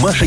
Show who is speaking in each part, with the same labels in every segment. Speaker 1: Маша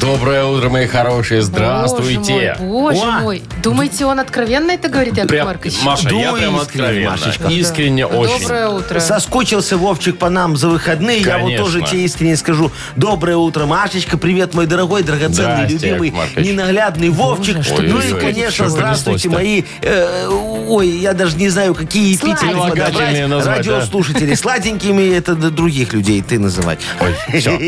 Speaker 2: Доброе утро, мои хорошие. Здравствуйте.
Speaker 3: Боже мой, боже
Speaker 4: О!
Speaker 3: мой. Думаете, он откровенно это говорит, Яков
Speaker 2: Прям,
Speaker 3: Маркович?
Speaker 2: Маша, я
Speaker 4: Да,
Speaker 2: прям
Speaker 4: искренне,
Speaker 2: откровенно.
Speaker 4: Машечка.
Speaker 2: Искренне очень.
Speaker 3: Доброе утро.
Speaker 4: Соскучился Вовчик по нам за выходные. Я
Speaker 2: Конечно.
Speaker 4: вот тоже тебе искренне скажу. Доброе утро, Машечка. Привет, мой дорогой, драгоценный,
Speaker 2: Здрасте,
Speaker 4: любимый,
Speaker 2: Яков Маркович.
Speaker 4: ненаглядный Вовчик.
Speaker 2: что
Speaker 4: ну
Speaker 2: это
Speaker 4: и,
Speaker 2: за-
Speaker 4: конечно,
Speaker 2: что
Speaker 4: здравствуйте,
Speaker 2: понеслось-то?
Speaker 4: мои... э, ой, я даже не знаю, какие эпитеты
Speaker 3: Сладенькие.
Speaker 2: Прилагательные
Speaker 4: подобрать.
Speaker 2: назвать, да?
Speaker 4: Радиослушатели. Сладенькими это д- других людей ты называть.
Speaker 2: Ой, всё.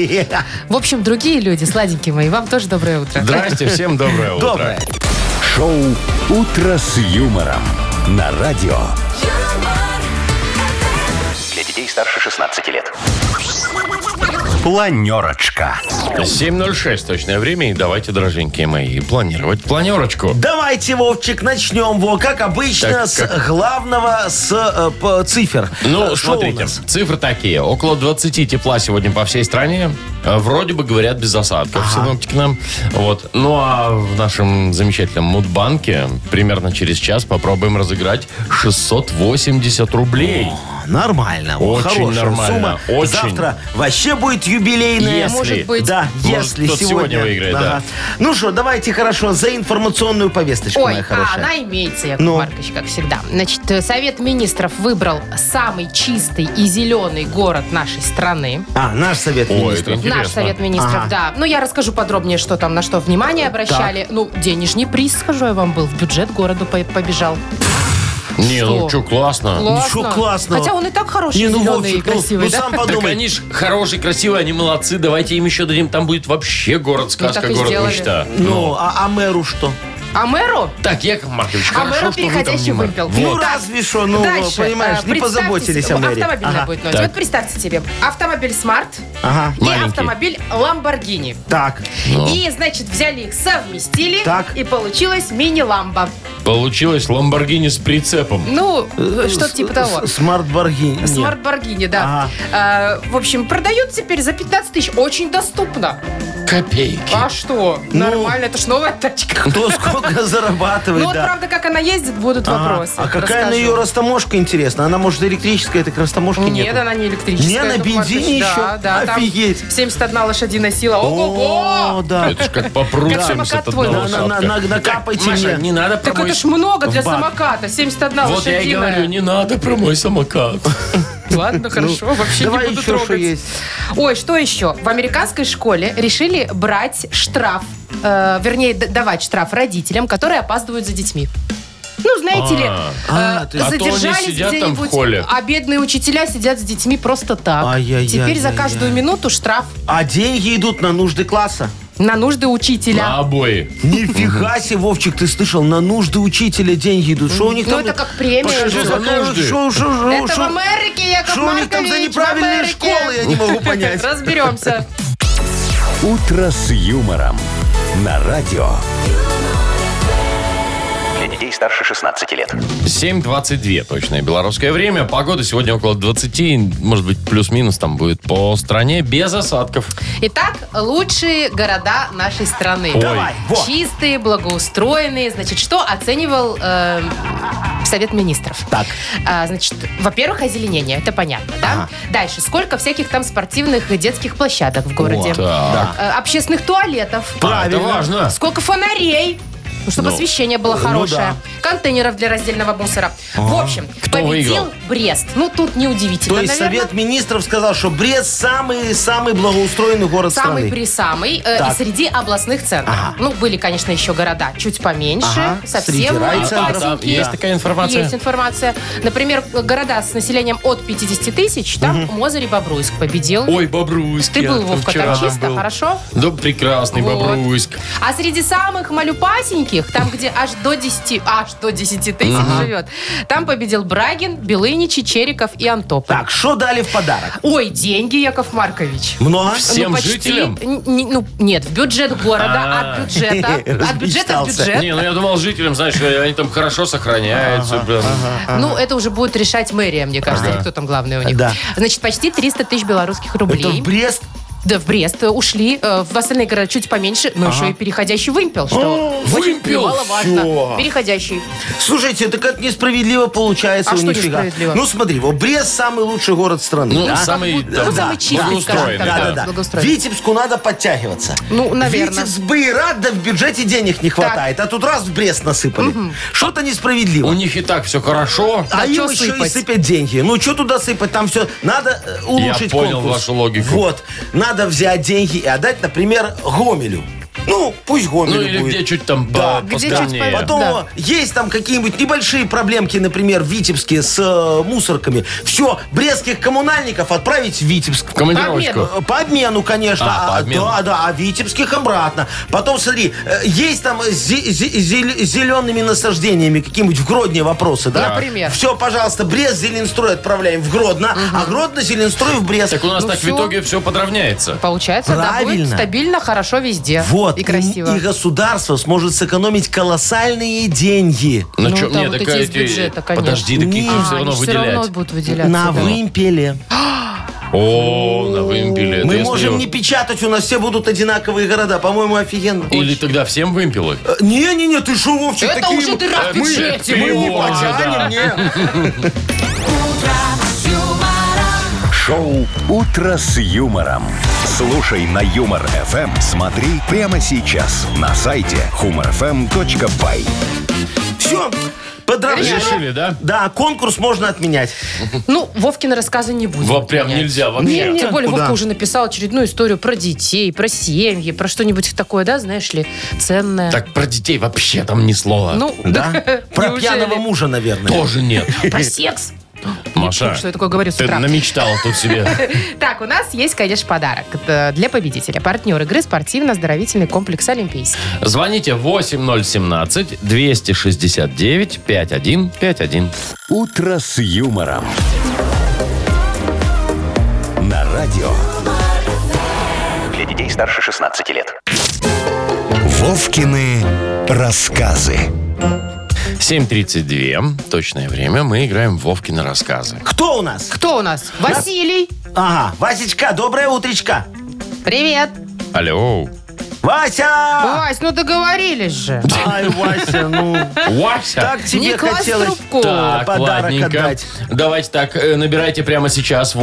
Speaker 3: В общем, другие люди, сладенькие мои, вам тоже доброе утро.
Speaker 2: Здрасте, всем доброе утро.
Speaker 4: Доброе.
Speaker 1: Шоу «Утро с юмором» на радио. Для детей старше 16 лет. Планерочка.
Speaker 2: 7.06 точное время, и давайте, дороженькие мои, планировать планерочку.
Speaker 4: Давайте, Вовчик, начнем. Во, как обычно,
Speaker 2: Так,
Speaker 4: с
Speaker 2: как?
Speaker 4: главного, с э, п- цифр. Э,
Speaker 2: Ну,
Speaker 4: что у
Speaker 2: смотрите,
Speaker 4: нас?
Speaker 2: цифры такие. Около 20 тепла сегодня по всей стране. Э, Вроде бы говорят без осадков синоптики нам. Вот. Ну, а в нашем замечательном Мудбанке примерно через час попробуем разыграть 680 рублей.
Speaker 4: Нормально. О,
Speaker 2: Очень
Speaker 4: хорошая
Speaker 2: нормально,
Speaker 4: сумма.
Speaker 2: очень.
Speaker 4: Завтра вообще будет юбилейная.
Speaker 2: Если. Может
Speaker 3: быть.
Speaker 4: Да,
Speaker 2: Может,
Speaker 4: если
Speaker 2: кто-то сегодня
Speaker 4: сегодня.
Speaker 2: выиграет, да.
Speaker 4: Ну что, давайте хорошо за информационную повесточку,
Speaker 3: Ой,
Speaker 4: моя
Speaker 3: а
Speaker 4: хорошая.
Speaker 3: она имеется, Яков
Speaker 4: Ну.
Speaker 3: Маркович, как всегда. Значит, э, Совет министров выбрал самый чистый и зеленый город нашей страны.
Speaker 4: А, наш совет
Speaker 2: Ой, это
Speaker 4: министров.
Speaker 2: интересно.
Speaker 3: Наш совет министров,
Speaker 4: Ага.
Speaker 3: да. Ну, я расскажу подробнее, что там, на что внимание обращали. Ну, денежный приз, скажу я вам, был. В бюджет городу по- побежал.
Speaker 2: Не, ну
Speaker 3: Что?
Speaker 2: что, классно.
Speaker 4: А, Ничего классного.
Speaker 3: Хотя он и так хороший,
Speaker 4: Не, ну,
Speaker 3: зеленый и
Speaker 4: Вовчик, ну,
Speaker 3: красивый,
Speaker 4: ну,
Speaker 3: да?
Speaker 4: сам
Speaker 2: Так
Speaker 4: подумай.
Speaker 2: они ж хорошие, красивые, они молодцы. Давайте им еще дадим. Там будет вообще город сказка,
Speaker 3: так и
Speaker 2: город
Speaker 3: сделали.
Speaker 2: мечта.
Speaker 4: Ну, а, а мэру что?
Speaker 3: А мэру?
Speaker 2: Так, Яков Маркович,
Speaker 3: А
Speaker 2: хорошо, что
Speaker 3: мэру
Speaker 2: вы там не
Speaker 3: переходящий
Speaker 2: мэр.
Speaker 3: выпил.
Speaker 4: Ну,
Speaker 3: Так.
Speaker 4: разве что, ну, понимаешь,
Speaker 3: э,
Speaker 4: не
Speaker 3: представьте
Speaker 4: позаботились
Speaker 3: себе,
Speaker 4: о мэре.
Speaker 3: Автомобильная
Speaker 4: Ага,
Speaker 3: будет ночь.
Speaker 2: Так.
Speaker 3: Вот представьте себе, автомобиль «Смарт»
Speaker 4: Ага,
Speaker 3: и
Speaker 2: Маленький.
Speaker 3: автомобиль «Ламборгини».
Speaker 4: так.
Speaker 3: И, значит, взяли их, совместили,
Speaker 4: Ну. Так.
Speaker 3: и получилась мини-ламба.
Speaker 2: Получилось Ламборгини с прицепом.
Speaker 3: Ну,
Speaker 4: Э,
Speaker 3: что-то
Speaker 4: с-
Speaker 3: типа того.
Speaker 4: с- Смарт-баргини.
Speaker 3: Смарт-боргини, да. Э, в общем, продают теперь за 15 тысяч. Очень доступно.
Speaker 2: Копейки.
Speaker 3: А что?
Speaker 4: Ну.
Speaker 3: Нормально, это ж новая тачка.
Speaker 4: Кто сколько зарабатывает,
Speaker 3: Ну вот,
Speaker 4: да.
Speaker 3: правда, как она ездит, будут
Speaker 4: Ага.
Speaker 3: вопросы.
Speaker 4: А какая на
Speaker 3: Расскажу.
Speaker 4: ее растаможка, интересно? Она, может, электрическая, так растаможки
Speaker 3: Нет,
Speaker 4: нету?
Speaker 3: она не электрическая.
Speaker 4: Не, на
Speaker 3: Яков Маркович.
Speaker 4: бензине
Speaker 3: Да,
Speaker 4: еще?
Speaker 3: да, там
Speaker 4: Офигеть.
Speaker 3: 71 лошадиная сила.
Speaker 4: О,
Speaker 3: Ого-го!
Speaker 4: да.
Speaker 2: Это ж как попрут
Speaker 3: Как
Speaker 2: 71
Speaker 3: самокат твой.
Speaker 4: На- на- на- на- Накапайте
Speaker 2: Маша,
Speaker 4: мне.
Speaker 2: не надо про
Speaker 3: Так
Speaker 2: мой-
Speaker 3: это ж много для
Speaker 4: в бак.
Speaker 3: самоката. 71
Speaker 2: Вот я и
Speaker 3: лошадиная.
Speaker 2: говорю, не надо про мой самокат.
Speaker 3: Ладно, хорошо, вообще не
Speaker 4: Ну, давай
Speaker 3: буду
Speaker 4: еще, что
Speaker 3: трогать.
Speaker 4: есть.
Speaker 3: Ой, что еще? В американской школе решили брать штраф, э, вернее, д- давать штраф родителям, которые опаздывают за детьми. Ну, знаете ли,
Speaker 2: А.
Speaker 4: А,
Speaker 3: э,
Speaker 4: то есть-
Speaker 2: А то они
Speaker 3: задержались
Speaker 2: сидят там в
Speaker 3: где-нибудь,
Speaker 2: холле.
Speaker 3: а бедные учителя сидят с детьми просто так.
Speaker 4: Ай-яй-яй-яй-яй.
Speaker 3: Теперь за каждую минуту штраф
Speaker 4: А деньги идут на нужды класса.
Speaker 3: на нужды
Speaker 2: На
Speaker 3: учителя.
Speaker 2: обои.
Speaker 4: Нифига себе, Вовчик, ты слышал, на нужды учителя деньги идут. Что у них
Speaker 3: Ну,
Speaker 4: там?
Speaker 3: это как премия.
Speaker 4: Покажи,
Speaker 2: За
Speaker 4: какая-
Speaker 2: нужды.
Speaker 4: шо- шо- шо-
Speaker 3: Это в
Speaker 4: Ну, шо-
Speaker 3: Америке, Яков
Speaker 4: шо у них там за
Speaker 3: Маркович, в
Speaker 4: неправильные
Speaker 3: Америке.
Speaker 4: школы, я не могу понять.
Speaker 3: Разберемся.
Speaker 1: «Утро с юмором» на радио.
Speaker 5: Для детей старше 16 лет.
Speaker 2: 7.22 точное белорусское время. Погода сегодня около 20, может быть, плюс-минус там будет по стране, без осадков. А,
Speaker 3: Итак, лучшие города нашей страны.
Speaker 4: Давай, вот.
Speaker 3: Чистые, благоустроенные. Значит, что оценивал э, Совет министров?
Speaker 4: Так.
Speaker 3: А, значит, во-первых, озеленение, это понятно, да?
Speaker 4: Ага.
Speaker 3: Дальше, сколько всяких там спортивных и детских площадок в городе?
Speaker 2: Так.
Speaker 3: Э, общественных туалетов.
Speaker 2: А, это
Speaker 4: Правильно.
Speaker 2: важно.
Speaker 3: Сколько фонарей? Ну, чтобы
Speaker 2: Ну,
Speaker 3: освещение было хорошее. Контейнеров для раздельного мусора. В общем,
Speaker 2: Кто
Speaker 3: победил
Speaker 2: выиграл?
Speaker 3: Брест. Ну, тут неудивительно,
Speaker 4: То есть
Speaker 3: наверное.
Speaker 4: Совет министров сказал, что Брест самый самый благоустроенный город
Speaker 3: Самый
Speaker 4: страны.
Speaker 3: при самый э, и
Speaker 4: Так.
Speaker 3: среди областных центров.
Speaker 4: Ага.
Speaker 3: Ну, были, конечно, еще города чуть поменьше,
Speaker 4: Ага, среди
Speaker 3: совсем
Speaker 2: А,
Speaker 4: райцентров.
Speaker 3: малюсенькие.
Speaker 2: там Есть такая информация?
Speaker 3: Есть информация. Например, города с населением от 50 тысяч, там Мозырь и Бобруйск победил.
Speaker 2: Ой, Бобруйск.
Speaker 3: Ты
Speaker 2: я
Speaker 3: был, Вовка,
Speaker 2: вчера
Speaker 3: там чисто,
Speaker 2: был.
Speaker 3: хорошо?
Speaker 2: Да прекрасный
Speaker 3: Вот.
Speaker 2: Бобруйск.
Speaker 3: А среди самых малюпасеньких, там, где аж до 10, аж до 10 тысяч живет, там победил Брагин, Белыничи, Чериков и Антополь.
Speaker 4: Так, что дали в подарок?
Speaker 3: Ой, деньги, Яков Маркович.
Speaker 4: Много?
Speaker 2: Всем
Speaker 3: Ну, почти.
Speaker 2: жителям?
Speaker 3: Н- не- ну, нет, в бюджет города,
Speaker 2: А.
Speaker 3: от бюджета, от бюджета в
Speaker 4: Размечтался.
Speaker 3: бюджет.
Speaker 2: Не, ну я думал, жителям, знаешь, э, они там хорошо сохраняются. прям.
Speaker 3: Ну, это уже будет решать мэрия, мне кажется, или кто там главный у них.
Speaker 4: Да.
Speaker 3: Значит, почти 300 тысяч белорусских
Speaker 4: Это в
Speaker 3: рублей.
Speaker 4: Брест?
Speaker 3: Да, в Брест ушли, э, в остальные города чуть поменьше, но еще и переходящий вымпел, что
Speaker 2: О, вымпел, всё.
Speaker 3: важно. Переходящий.
Speaker 4: Слушайте, так это несправедливо получается
Speaker 3: А
Speaker 4: у
Speaker 3: что
Speaker 4: нифига.
Speaker 3: несправедливо?
Speaker 4: Ну смотри, вот Брест самый лучший город страны.
Speaker 2: Ну,
Speaker 4: да?
Speaker 2: самый
Speaker 3: будто-
Speaker 2: там,
Speaker 3: ну, самый чистый,
Speaker 2: благоустроенный,
Speaker 3: скажем так,
Speaker 2: да.
Speaker 4: Да, да, да.
Speaker 3: Благоустроен.
Speaker 4: Витебску надо подтягиваться.
Speaker 3: Ну, наверно.
Speaker 4: Витебск бы и рад, да в бюджете денег не хватает. А тут раз в Брест насыпали. Что-то несправедливо.
Speaker 2: У них и так все хорошо.
Speaker 4: А
Speaker 3: Да
Speaker 4: им
Speaker 3: чё
Speaker 4: еще и
Speaker 3: сыпать?
Speaker 4: сыпят деньги. Ну, что туда сыпать? Там все надо э, улучшить
Speaker 2: понял
Speaker 4: конкурс.
Speaker 2: вашу логику.
Speaker 4: Вот. Надо взять деньги и отдать, например, Гомелю. Ну, пусть Гомелю
Speaker 2: Ну или
Speaker 4: будет.
Speaker 2: где чуть там
Speaker 4: Да,
Speaker 2: по-
Speaker 3: где чуть
Speaker 2: поскромнее.
Speaker 3: по-
Speaker 4: Потом
Speaker 3: Да.
Speaker 4: о, есть там какие-нибудь небольшие проблемки, например, в Витебске с э, мусорками. Все, брестских коммунальников отправить в Витебск.
Speaker 2: В командировочку.
Speaker 3: Обмен.
Speaker 4: Э, По обмену, конечно.
Speaker 2: А, по обмену.
Speaker 4: Да, да, а витебских обратно. Потом, смотри, э, есть там с зелеными насаждениями какие-нибудь в Гродне вопросы, да?
Speaker 3: Например.
Speaker 4: Все, пожалуйста, Брест, Зеленстрой отправляем в Гродно, а Гродно, Зеленстрой в Брест.
Speaker 2: Так у нас
Speaker 3: Ну
Speaker 2: так
Speaker 3: всё.
Speaker 2: в итоге все подравняется.
Speaker 3: Получается, да, будет
Speaker 4: Правильно.
Speaker 3: стабильно, хорошо везде.
Speaker 4: Вот.
Speaker 3: И красиво.
Speaker 4: И, и государство сможет сэкономить колоссальные деньги.
Speaker 2: Ну,
Speaker 3: Ну,
Speaker 2: чё-
Speaker 3: там
Speaker 2: не,
Speaker 3: вот
Speaker 2: так
Speaker 3: эти из
Speaker 2: эти-
Speaker 3: бюджета, конечно.
Speaker 2: Подожди, так их
Speaker 4: Не.
Speaker 2: все
Speaker 3: А,
Speaker 2: равно
Speaker 3: они ж всё равно
Speaker 2: выделять.
Speaker 3: будут выделяться.
Speaker 4: На
Speaker 3: да.
Speaker 4: вымпеле.
Speaker 2: О, на вымпеле. Это
Speaker 4: Мы
Speaker 2: если
Speaker 4: можем
Speaker 2: его-
Speaker 4: не печатать, у нас все будут одинаковые города. По-моему, офигенно.
Speaker 2: Или тогда всем вымпелы.
Speaker 4: Э, Не-не-не, ты шо, Вовчик,
Speaker 3: Это
Speaker 4: такие
Speaker 3: уже
Speaker 4: вот-
Speaker 3: дыра в
Speaker 2: Мы-
Speaker 3: бюджете.
Speaker 2: мы
Speaker 3: Мы-
Speaker 2: его-
Speaker 4: Не потянем,
Speaker 2: да.
Speaker 4: не.
Speaker 1: Шоу «Утро с юмором». Слушай на Юмор ФМ. Смотри прямо сейчас на сайте humorfm.by.
Speaker 4: Все, подравняли.
Speaker 2: Решили, да?
Speaker 4: Да, конкурс можно отменять.
Speaker 3: Ну, Вовкины рассказы не будет.
Speaker 2: Вот прям нельзя вообще.
Speaker 4: Не-не.
Speaker 3: Тем более,
Speaker 4: Куда?
Speaker 3: Вовка уже написал очередную историю про детей, про семьи, про что-нибудь такое, да, знаешь ли, ценное.
Speaker 2: Так а, про детей вообще там ни слова.
Speaker 3: ну,
Speaker 4: Да? Про
Speaker 3: неужели?
Speaker 4: пьяного мужа, наверное.
Speaker 2: Тоже нет.
Speaker 3: Про секс.
Speaker 2: Маша,
Speaker 3: Что я такое говорю с
Speaker 2: ты
Speaker 3: утра?
Speaker 2: намечтала тут себе.
Speaker 3: Так, у нас есть, конечно, подарок Это для победителя. Партнер игры спортивно-оздоровительный комплекс «Олимпийский».
Speaker 2: Звоните 8017-269-5151.
Speaker 1: «Утро с юмором». На радио
Speaker 5: Для детей старше 16 лет.
Speaker 1: «Вовкины рассказы».
Speaker 2: 7.32, точное время, мы играем в Вовкины рассказы.
Speaker 4: Кто у нас?
Speaker 3: Кто у нас? Василий.
Speaker 4: Ага, Васечка, доброе утречко.
Speaker 3: Привет.
Speaker 2: Алло.
Speaker 4: Вася!
Speaker 3: Вась, ну договорились же.
Speaker 4: Ай, Вася, ну...
Speaker 2: Вася!
Speaker 4: Так тебе
Speaker 3: Не класть
Speaker 4: хотелось
Speaker 3: трубку.
Speaker 2: Так,
Speaker 4: подарок
Speaker 2: ладненько.
Speaker 4: отдать.
Speaker 2: Давайте так, э, набирайте прямо сейчас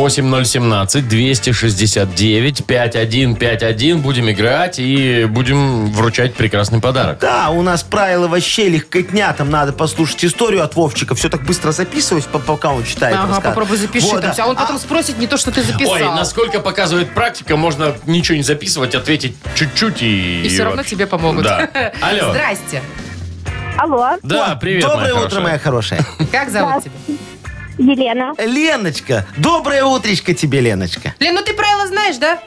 Speaker 2: 8017-269-5151. Будем играть и будем вручать прекрасный подарок.
Speaker 4: Да, у нас правило вообще легкотня. Там надо послушать историю от Вовчика. Все так быстро записывать, по- пока он читает
Speaker 3: Ага,
Speaker 4: рассказ.
Speaker 3: попробуй запиши. там
Speaker 4: Вот, да.
Speaker 3: всё. А он потом спросит не то, что ты записал.
Speaker 2: Ой, насколько показывает практика, можно ничего не записывать, ответить чуть-чуть и...
Speaker 3: И все равно
Speaker 2: вообще.
Speaker 3: тебе помогут.
Speaker 2: Да. Алло.
Speaker 3: Здрасте.
Speaker 6: Алло,
Speaker 2: Да, привет, моя
Speaker 4: Доброе утро,
Speaker 2: хорошая.
Speaker 4: моя хорошая.
Speaker 3: Как зовут тебя?
Speaker 6: Елена.
Speaker 4: Леночка, доброе утречко тебе, Леночка.
Speaker 3: Лен, ну ты правила знаешь, да?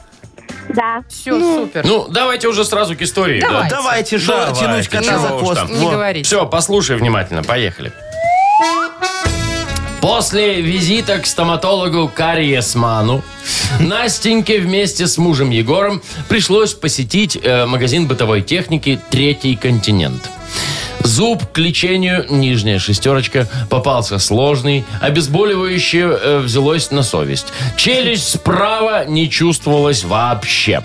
Speaker 6: Да.
Speaker 3: Все, супер.
Speaker 2: Ну, давайте уже сразу к истории.
Speaker 3: Давай.
Speaker 4: Давайте же
Speaker 2: Давайте,
Speaker 4: тянуть кота
Speaker 2: чего
Speaker 4: за
Speaker 2: уж
Speaker 4: хвост.
Speaker 2: там.
Speaker 3: не говорите.
Speaker 2: Все, послушай внимательно, поехали. После визита к стоматологу Кариесману Настеньке вместе с мужем Егором пришлось посетить э, магазин бытовой техники «Третий континент». Зуб к лечению, нижняя шестерочка, попался сложный, обезболивающее э, взялось на совесть. Челюсть справа не чувствовалась вообще.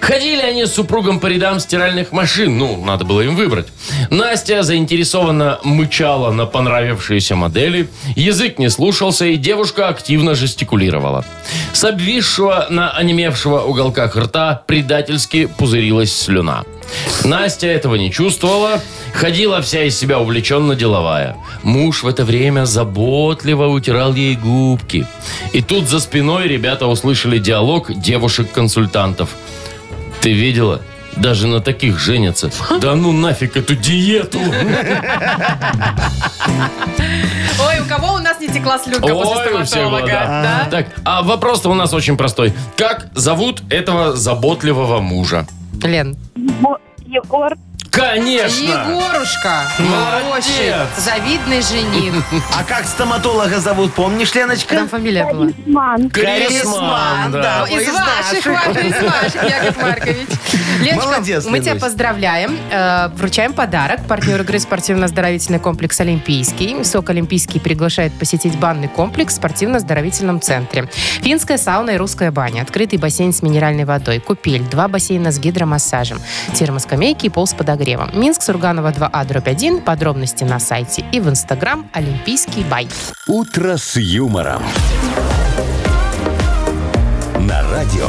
Speaker 2: Ходили они с супругом по рядам стиральных машин. Ну, надо было им выбрать. Настя заинтересованно мычала на понравившиеся модели. Язык не слушался, и девушка активно жестикулировала. С обвисшего на онемевшего уголках рта предательски пузырилась слюна. Настя этого не чувствовала, ходила вся из себя увлеченно деловая. Муж в это время заботливо утирал ей губки. И тут за спиной ребята услышали диалог девушек-консультантов. Ты видела? Даже на таких женятся. Да ну нафиг эту диету!
Speaker 3: Ой, у кого у нас не текла слюнка
Speaker 2: Ой, у
Speaker 3: после
Speaker 2: всего,
Speaker 3: стоматолога?
Speaker 2: да.
Speaker 3: да?
Speaker 2: Так, а вопрос-то у нас очень простой. Как зовут этого заботливого мужа?
Speaker 3: Лен,
Speaker 6: Егор.
Speaker 2: Конечно!
Speaker 3: Егорушка.
Speaker 2: Молодец.
Speaker 3: Хороший, Завидный жених.
Speaker 4: А как стоматолога зовут, помнишь, Леночка?
Speaker 3: Там фамилия была.
Speaker 6: Талисман.
Speaker 2: Корисман,
Speaker 4: Корисман,
Speaker 2: да.
Speaker 4: да.
Speaker 3: Из
Speaker 4: из
Speaker 3: ваших,
Speaker 4: наших.
Speaker 3: ладно, из ваших, Яков Маркович. Леночка,
Speaker 4: Молодец,
Speaker 3: мы тебя
Speaker 4: Ленусь.
Speaker 3: поздравляем, э, вручаем подарок. Партнер игры спортивно-оздоровительный комплекс «Олимпийский». СОК «Олимпийский» приглашает посетить банный комплекс в спортивно-оздоровительном центре. Финская сауна и русская баня, открытый бассейн с минеральной водой, купель, два бассейна с гидромассажем, термоскамейки и пол с подогревом. Минск, Сурганова 2А, дробь 1. Подробности на сайте и в Инстаграм «Олимпийский бай».
Speaker 1: «Утро с юмором». На радио.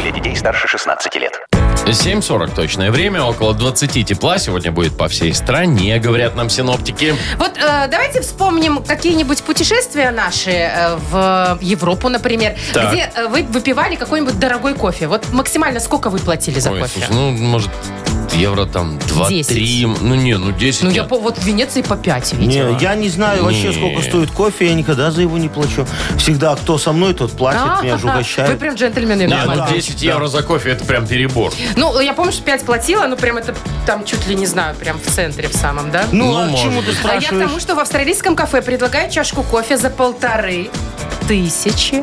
Speaker 5: Для детей старше 16 лет.
Speaker 2: 7.40 точное время, около 20 тепла сегодня будет по всей стране, говорят нам синоптики.
Speaker 3: Вот э, давайте вспомним какие-нибудь путешествия наши э, в Европу, например,
Speaker 2: Так.
Speaker 3: где э, вы выпивали какой-нибудь дорогой кофе. Вот максимально сколько вы платили за
Speaker 2: Ой,
Speaker 3: кофе?
Speaker 2: слушай, ну, может, евро там 2-3,
Speaker 3: Десять.
Speaker 2: ну, не, ну 10
Speaker 3: ну,
Speaker 2: нет.
Speaker 3: я по, вот в Венеции по 5 видела.
Speaker 4: Не, я не знаю вообще,
Speaker 2: Не.
Speaker 4: сколько стоит кофе, я никогда за его не плачу. Всегда кто со мной, тот платит, меня же
Speaker 3: А, Вы
Speaker 4: угощает.
Speaker 3: прям джентльмены.
Speaker 2: Не,
Speaker 3: нормально.
Speaker 2: ну
Speaker 4: да.
Speaker 2: 10 евро за кофе, это прям перебор.
Speaker 3: Ну, я помню, что 5 платила, ну, прям это там чуть ли не знаю, прям в центре в самом, да?
Speaker 4: Ну,
Speaker 2: Ну,
Speaker 4: а к
Speaker 2: может
Speaker 4: чему ты
Speaker 2: быть.
Speaker 3: А я к тому,
Speaker 4: спрашиваешь?
Speaker 3: что в австралийском кафе предлагают чашку кофе за полторы тысячи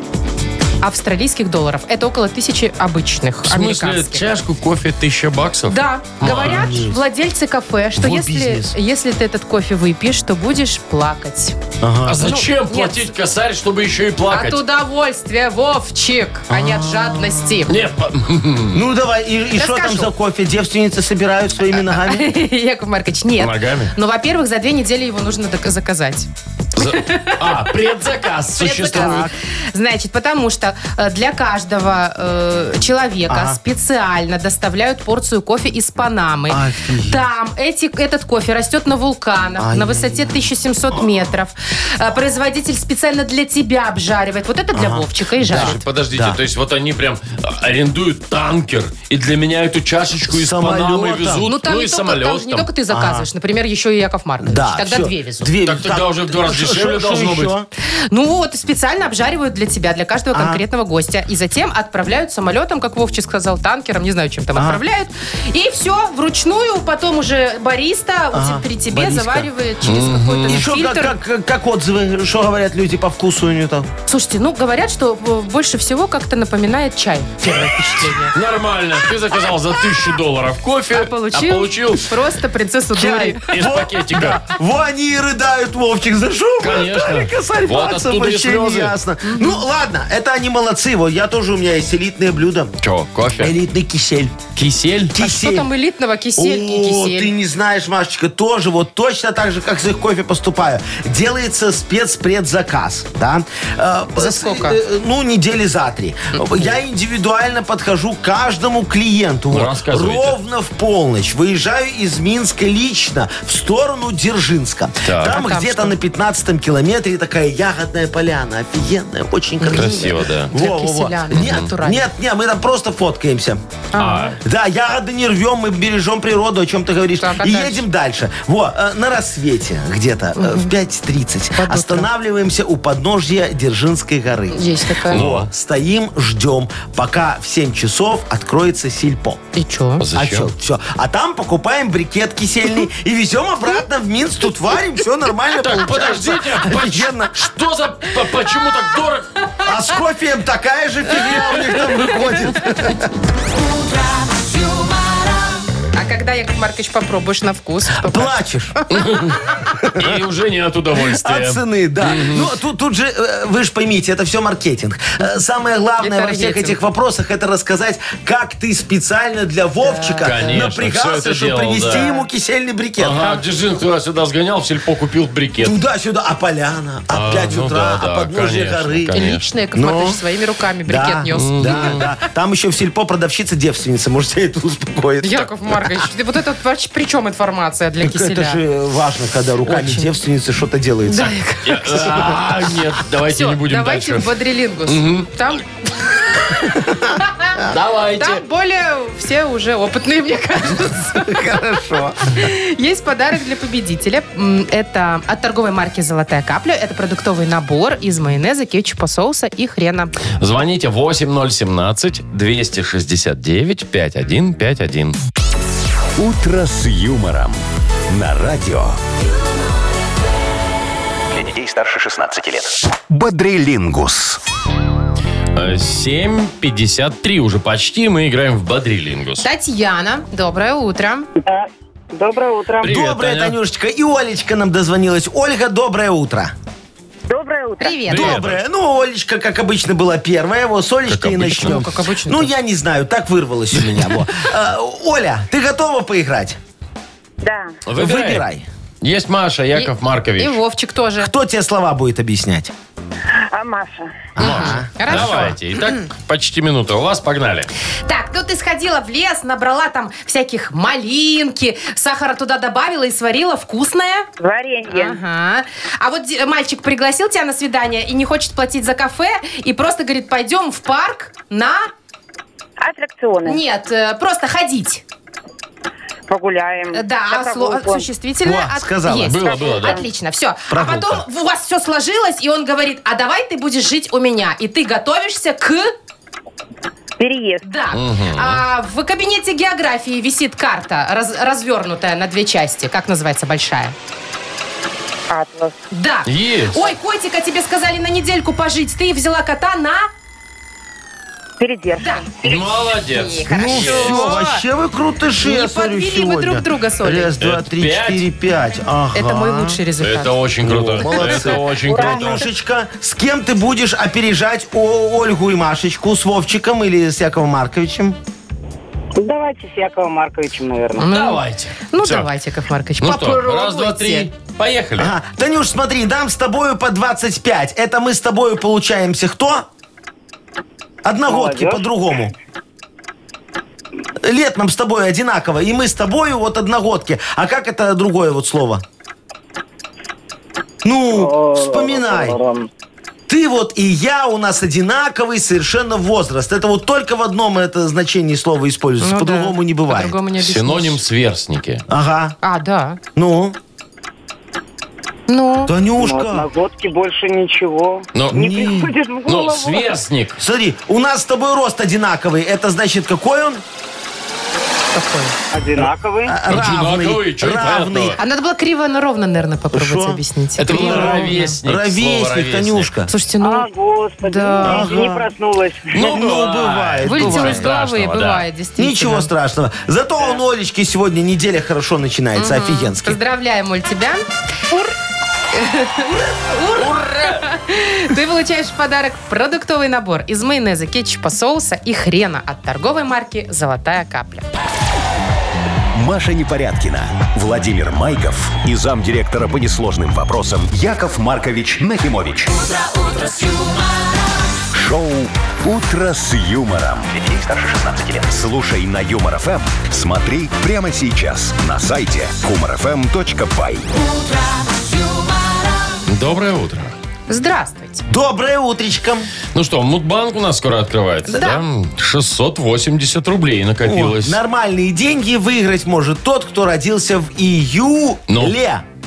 Speaker 3: австралийских долларов. Это около тысячи обычных
Speaker 2: В смысле,
Speaker 3: американских.
Speaker 2: чашку кофе 1000 баксов?
Speaker 3: Да, говорят
Speaker 4: Молодец.
Speaker 3: владельцы кафе, что
Speaker 4: Вот
Speaker 3: если,
Speaker 4: бизнес.
Speaker 3: если ты этот кофе выпьешь, то будешь плакать.
Speaker 2: А зачем
Speaker 3: нет. А
Speaker 2: платить косарь, чтобы еще и плакать?
Speaker 3: От удовольствия, Вовчик, а не от жадности.
Speaker 2: Нет, по-
Speaker 4: Ну давай, и
Speaker 3: Я
Speaker 4: что там
Speaker 3: скажу.
Speaker 4: за кофе? Девственницы собирают своими ногами?
Speaker 3: Яков Маркович, нет.
Speaker 2: Ногами?
Speaker 3: Но, во-первых, за две недели его нужно док- заказать.
Speaker 2: за- А, предзаказ существует.
Speaker 3: Предзаказ. Значит, потому что э, для каждого э, человека
Speaker 4: Ага.
Speaker 3: специально доставляют порцию кофе из Панамы.
Speaker 4: Офигеть.
Speaker 3: Там эти, этот кофе растет на вулканах, на
Speaker 4: Ай-яй-яй.
Speaker 3: высоте 1700 метров. Э, Производитель специально для тебя обжаривает. Вот это для Вовчика и жарит.
Speaker 2: Слушай, подождите,
Speaker 4: Да.
Speaker 2: то есть вот они прям а, арендуют танкер, и для меня эту чашечку из
Speaker 4: Самолетом.
Speaker 2: Панамы везут,
Speaker 3: Ну,
Speaker 2: ну,
Speaker 3: там,
Speaker 2: и
Speaker 3: не, только, там же
Speaker 2: самолет
Speaker 3: не только ты заказываешь, например, еще и Яков Маркович.
Speaker 4: Да,
Speaker 3: Тогда
Speaker 4: всё.
Speaker 3: две везут.
Speaker 4: Две
Speaker 2: Так
Speaker 4: везут.
Speaker 2: тогда уже в два раза
Speaker 4: Шо-
Speaker 2: дешевле
Speaker 4: шо- шо
Speaker 2: должно быть.
Speaker 4: ещё?
Speaker 3: Ну вот, специально обжаривают для тебя, для каждого
Speaker 4: А.
Speaker 3: конкретного гостя. И затем отправляют самолетом, как Вовчик сказал, танкером, не знаю, чем
Speaker 4: А.
Speaker 3: там отправляют. И все, вручную, потом уже бариста у тебя- при тебе
Speaker 4: баристка.
Speaker 3: заваривает через какой-то
Speaker 4: А, И что,
Speaker 3: фильтр.
Speaker 4: как, как, как- как отзывы, что говорят люди по вкусу у нее там?
Speaker 3: Слушайте, ну говорят, что э, больше всего как-то напоминает чай. Первое впечатление.
Speaker 2: Нормально, ты заказал за тысячу долларов кофе,
Speaker 3: А получил,
Speaker 2: получил
Speaker 3: просто принцессу
Speaker 2: чай
Speaker 3: Дури.
Speaker 2: из пакетика.
Speaker 3: А
Speaker 4: Во, они и рыдают, Вовчик, за что вы
Speaker 2: Конечно.
Speaker 4: стали косарь
Speaker 2: Вот
Speaker 4: баксов,
Speaker 2: оттуда и
Speaker 4: вообще
Speaker 2: слезы.
Speaker 4: не ясно. Ну, ладно, это они молодцы. Вот я тоже, у меня есть элитное блюдо.
Speaker 2: Че, кофе?
Speaker 4: Элитный кисель.
Speaker 2: Э, Кисель?
Speaker 3: А что
Speaker 4: Кисель.
Speaker 3: там элитного? Кисель, не
Speaker 4: О,
Speaker 3: кисель.
Speaker 4: ты не знаешь, Машечка, тоже вот точно так же, как с их кофе поступаю. Делается спецпредзаказ, да? Э,
Speaker 3: За
Speaker 4: э,
Speaker 3: сколько?
Speaker 4: э, Ну, недели за три. Я индивидуально подхожу к каждому клиенту. Вот,
Speaker 2: рассказывайте.
Speaker 4: ровно в полночь выезжаю из Минска лично в сторону Дзержинска.
Speaker 2: Так.
Speaker 4: Там
Speaker 3: А там
Speaker 4: где-то
Speaker 3: что?
Speaker 4: на 15 километре такая ягодная поляна, офигенная, очень красивая.
Speaker 2: Красиво, да.
Speaker 3: Для
Speaker 4: Во-во-во.
Speaker 3: киселя, ну,
Speaker 4: Нет,
Speaker 3: натурально.
Speaker 4: нет, нет, мы там просто фоткаемся.
Speaker 2: А,
Speaker 4: Да, ягоды не рвем, мы бережем природу, о чем ты говоришь.
Speaker 3: Так, а
Speaker 4: и
Speaker 3: дальше?
Speaker 4: едем дальше. Во, э, на рассвете где-то э, в 5.30
Speaker 3: Под утро.
Speaker 4: останавливаемся у подножья Держинской горы.
Speaker 3: Есть такая.
Speaker 4: Во, стоим, ждем, пока в 7 часов откроется сельпо.
Speaker 3: И что?
Speaker 2: зачем?
Speaker 4: А что, все. А там покупаем брикет кисельный и везем обратно в Минск, тут варим, все нормально
Speaker 2: Так,
Speaker 4: получается.
Speaker 2: подождите,
Speaker 4: Офигенно.
Speaker 2: Что за... по- Почему так дорого?
Speaker 4: А с кофеем такая же фигня у них там выходит.
Speaker 3: А когда, Яков Маркович, попробуешь на вкус? что
Speaker 4: Ну, Плачешь.
Speaker 2: И уже не от удовольствия.
Speaker 4: От цены, да. Ну, тут, тут же, э, вы же поймите, это все маркетинг. Э, Самое главное
Speaker 3: Это
Speaker 4: во всех
Speaker 3: маркетинг.
Speaker 4: этих вопросах это рассказать, как ты специально для Вовчика
Speaker 2: Конечно, всё это
Speaker 4: напрягался, чтобы
Speaker 2: делал,
Speaker 4: принести
Speaker 2: да.
Speaker 4: ему кисельный брикет.
Speaker 2: Ага, Дзержин туда-сюда сгонял, в сельпо купил брикет.
Speaker 4: Туда-сюда, а поляна,
Speaker 2: А,
Speaker 4: а 5
Speaker 2: ну
Speaker 4: утра,
Speaker 2: да, да,
Speaker 4: а подножье
Speaker 2: конечно,
Speaker 4: горы.
Speaker 2: конечно.
Speaker 3: И лично Яков
Speaker 4: Ну?
Speaker 3: Маркович своими руками брикет
Speaker 4: Да,
Speaker 3: нес.
Speaker 4: Да, да. Там еще в сельпо продавщица девственница, может, тебя это успокоит.
Speaker 3: Яков Маркович, ты- вот это вообще при чем информация для
Speaker 4: Так это
Speaker 3: киселя?
Speaker 4: же важно, когда руками
Speaker 3: Очень.
Speaker 4: девственницы что-то делается.
Speaker 3: Да, Яков-
Speaker 2: А, нет, давайте
Speaker 3: Всё,
Speaker 2: не будем
Speaker 3: давайте
Speaker 2: дальше.
Speaker 3: в бодрилингус. Там,
Speaker 2: Давайте.
Speaker 3: там более все уже опытные, мне кажется.
Speaker 4: Хорошо.
Speaker 3: Есть подарок для победителя. М, Это от торговой марки «Золотая капля». Это продуктовый набор из майонеза, кетчупа, соуса и хрена.
Speaker 2: Звоните 8017 269 5151.
Speaker 1: «Утро с юмором» на радио
Speaker 5: Для детей старше 16 лет.
Speaker 1: «Бодрилингус».
Speaker 2: Э, 7.53 уже почти. Мы играем в Бодрилингус.
Speaker 3: Татьяна, доброе утро.
Speaker 7: Доброе утро.
Speaker 2: Привет,
Speaker 4: доброе,
Speaker 2: Таня.
Speaker 4: Танюшечка. И Олечка нам дозвонилась. Ольга, доброе утро.
Speaker 7: Доброе утро.
Speaker 3: Привет.
Speaker 2: Привет.
Speaker 4: Доброе. Ну, Олечка, как обычно, была первая. Вот с Олечки и
Speaker 2: обычно.
Speaker 4: начнем.
Speaker 3: Ну, как обычно.
Speaker 4: Ну, я не знаю, так вырвалось у меня. во. Э, Оля, ты готова поиграть?
Speaker 7: Да.
Speaker 2: Выбирай.
Speaker 4: Выбирай.
Speaker 2: Есть Маша, Яков
Speaker 3: И-
Speaker 2: Маркович.
Speaker 3: И Вовчик тоже.
Speaker 4: Кто тебе слова будет объяснять?
Speaker 7: А Маша?
Speaker 3: Ага. Хорошо.
Speaker 2: Давайте. Итак, почти минута. У вас погнали.
Speaker 3: Так, ну ты сходила в лес, набрала там всяких малинки, сахара туда добавила и сварила вкусное.
Speaker 7: Варенье.
Speaker 3: Ага. А вот де- мальчик пригласил тебя на свидание и не хочет платить за кафе, и просто говорит, пойдем в парк на...
Speaker 7: Аттракционы.
Speaker 3: Нет, э, просто ходить.
Speaker 7: Погуляем.
Speaker 3: Э, Да, а
Speaker 7: На
Speaker 3: сло-
Speaker 7: прогулку.
Speaker 3: существительное
Speaker 4: Во,
Speaker 3: от-
Speaker 4: сказала.
Speaker 3: есть.
Speaker 2: Было, было, да.
Speaker 3: Отлично, все. А
Speaker 4: Прогулка.
Speaker 3: потом у вас все сложилось, и он говорит, а давай ты будешь жить у меня. И ты готовишься к...
Speaker 7: Переезд.
Speaker 3: Да. А в кабинете географии висит карта, раз- развернутая на две части. Как называется большая?
Speaker 7: Атлас.
Speaker 3: Да.
Speaker 2: Есть.
Speaker 3: Ой, котика тебе сказали на недельку пожить. Ты взяла кота на...
Speaker 7: Передержка.
Speaker 2: Молодец.
Speaker 4: Ну все, вообще вы крутыши,
Speaker 3: Не
Speaker 4: я смотрю,
Speaker 3: подвели вы
Speaker 4: сегодня.
Speaker 3: друг друга с Олей.
Speaker 4: Раз, два,
Speaker 2: Это
Speaker 4: три,
Speaker 2: пять?
Speaker 4: четыре, пять. Ага.
Speaker 3: Это мой лучший результат.
Speaker 2: Это очень круто.
Speaker 4: Молодцы.
Speaker 2: Это очень круто.
Speaker 3: ну,
Speaker 4: Танюшечка, с кем ты будешь опережать О- Ольгу и Машечку? С Вовчиком или с Яковом Марковичем?
Speaker 7: Давайте с Яковом Марковичем, наверное.
Speaker 3: Ну,
Speaker 2: Давайте.
Speaker 3: Ну,
Speaker 2: Всё.
Speaker 3: давайте, Яков Маркович,
Speaker 2: Ну что,
Speaker 3: попробуйте.
Speaker 2: раз, два, три. Поехали.
Speaker 4: Ага. Танюш, смотри, нам с тобою по 25. Это мы с тобою получаемся кто? Одногодки
Speaker 7: Молодежь.
Speaker 4: по-другому. Лет нам с тобой одинаково. И мы с тобою вот одногодки. А как это другое вот слово? Ну, вспоминай. Ты вот и я у нас одинаковый совершенно возраст. Это вот только в одном это значении слова используется.
Speaker 3: Ну да,
Speaker 4: По-другому не бывает.
Speaker 3: по-другому не объяснишь.
Speaker 2: Синоним сверстники.
Speaker 4: Ага.
Speaker 3: А, да.
Speaker 4: Ну,
Speaker 3: Ну,
Speaker 4: Танюшка.
Speaker 7: на годке больше ничего.
Speaker 2: Ну,
Speaker 7: Не
Speaker 4: Не.
Speaker 7: приходит в
Speaker 2: ну,
Speaker 7: голову.
Speaker 2: сверстник.
Speaker 4: Смотри, у нас с тобой рост одинаковый. Это значит, какой он?
Speaker 3: какой.
Speaker 7: Одинаковый.
Speaker 4: А,
Speaker 2: Одинаковый, чё непонятного?
Speaker 3: А надо было криво, но ровно, наверное, попробовать
Speaker 4: Шо?
Speaker 3: объяснить.
Speaker 2: Это был
Speaker 3: Криво, ровно.
Speaker 2: ровесник. слово
Speaker 4: Ровесник,
Speaker 2: ровесник.
Speaker 4: Танюшка.
Speaker 3: Слушайте, ну,
Speaker 7: А, господи,
Speaker 3: Да.
Speaker 7: не проснулась.
Speaker 2: Ну,
Speaker 4: Ну, бывает,
Speaker 3: вылетело
Speaker 4: бывает.
Speaker 3: из головы,
Speaker 2: Страшного, да.
Speaker 3: бывает, действительно.
Speaker 4: Ничего страшного. Зато у Олечки сегодня неделя хорошо начинается, офигенски.
Speaker 3: Поздравляем, Оль, тебя. Ур! Ур! Ты получаешь в подарок продуктовый набор из майонеза, кетчупа, соуса и хрена от торговой марки «Золотая капля».
Speaker 1: Маша Непорядкина, Владимир Майков и замдиректора по несложным вопросам Яков Маркович Нахимович. Шоу Утро с юмором.
Speaker 5: Для детей старше 16 лет.
Speaker 1: Слушай на Юмор ФМ. Смотри прямо сейчас на сайте humorfm.by.
Speaker 2: Доброе утро.
Speaker 3: Здравствуйте.
Speaker 4: Доброе утречко.
Speaker 2: Ну что, мудбанк у нас скоро открывается, да? 680 рублей
Speaker 4: О,
Speaker 2: накопилось.
Speaker 4: нормальные деньги выиграть может тот, кто родился в июле.
Speaker 2: Ну.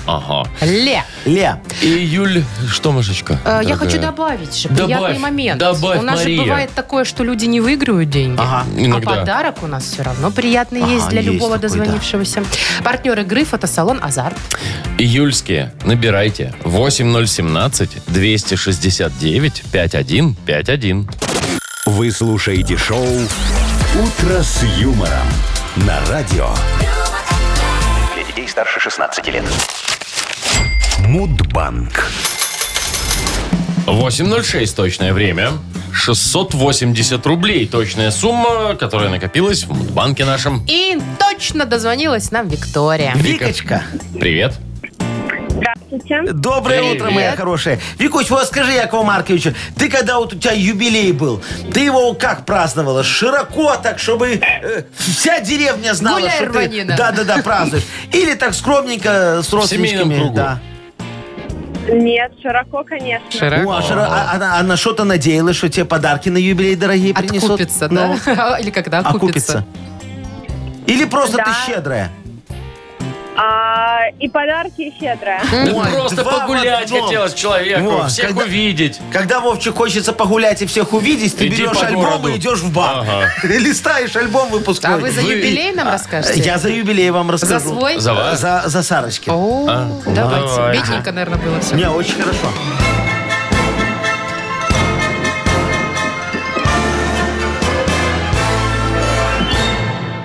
Speaker 2: Ага.
Speaker 3: Ле.
Speaker 4: Ле.
Speaker 2: Июль, что, Машечка?
Speaker 3: Э,
Speaker 2: дорогая?
Speaker 3: Я хочу добавить же
Speaker 2: Добавь,
Speaker 3: приятный момент.
Speaker 2: добавь,
Speaker 3: у нас
Speaker 2: Мария.
Speaker 3: же бывает такое, что люди не выиграют деньги.
Speaker 4: Ага.
Speaker 2: Иногда.
Speaker 3: А подарок у нас все равно приятный
Speaker 4: Ага,
Speaker 3: есть для
Speaker 4: есть
Speaker 3: любого
Speaker 4: такой, да.
Speaker 3: дозвонившегося. Партнер игры фотосалон «Азарт».
Speaker 2: Июльские. Набирайте 8017-269-5151.
Speaker 1: Вы слушаете шоу Утро с юмором на радио
Speaker 5: Для детей старше 16 лет.
Speaker 1: Мудбанк.
Speaker 2: 8.06 точное время. 680 рублей точная сумма, которая накопилась в банке нашем.
Speaker 3: И точно дозвонилась нам Виктория.
Speaker 4: Викочка.
Speaker 2: Привет.
Speaker 6: Здравствуйте.
Speaker 4: Доброе
Speaker 2: Привет.
Speaker 4: утро, моя хорошая. Викусь, вот скажи Якову Марковичу, ты когда вот у тебя юбилей был, ты его как праздновала? Широко так, чтобы э, вся деревня знала,
Speaker 3: Гуляй,
Speaker 4: что ты...
Speaker 3: рванина.
Speaker 4: Да-да-да, празднуешь. Или так скромненько с родственниками.
Speaker 2: семейном кругу.
Speaker 4: Да.
Speaker 6: Нет, широко, конечно.
Speaker 4: О, а широ- а- а- а на что-то надеялась, что тебе подарки на юбилей дорогие принесут?
Speaker 3: Откупится,
Speaker 4: Ну,
Speaker 3: да? Или когда
Speaker 4: Окупится.
Speaker 3: окупится.
Speaker 4: Или просто ты
Speaker 6: Да.
Speaker 4: щедрая?
Speaker 6: А, и подарки и щедрое.
Speaker 2: Ну,
Speaker 4: Ой,
Speaker 2: Просто
Speaker 4: два в
Speaker 2: погулять
Speaker 4: одном.
Speaker 2: хотелось человеку,
Speaker 4: Во,
Speaker 2: всех
Speaker 4: когда-
Speaker 2: увидеть.
Speaker 4: Когда Вовчик хочется погулять и всех увидеть, ты
Speaker 2: Иди
Speaker 4: берешь
Speaker 2: по
Speaker 4: альбом
Speaker 2: городу.
Speaker 4: и идешь в бар.
Speaker 2: Ага.
Speaker 4: Листаешь альбом выпускной.
Speaker 3: А вы за
Speaker 2: Вы-
Speaker 3: юбилей нам расскажете?
Speaker 4: Я за юбилей вам
Speaker 3: За
Speaker 4: расскажу.
Speaker 3: свой?
Speaker 2: За вас?
Speaker 4: За, А, за Сарочки.
Speaker 3: О, давайте.
Speaker 2: давайте.
Speaker 3: Бедненько, наверное, было все.
Speaker 4: Не, очень хорошо.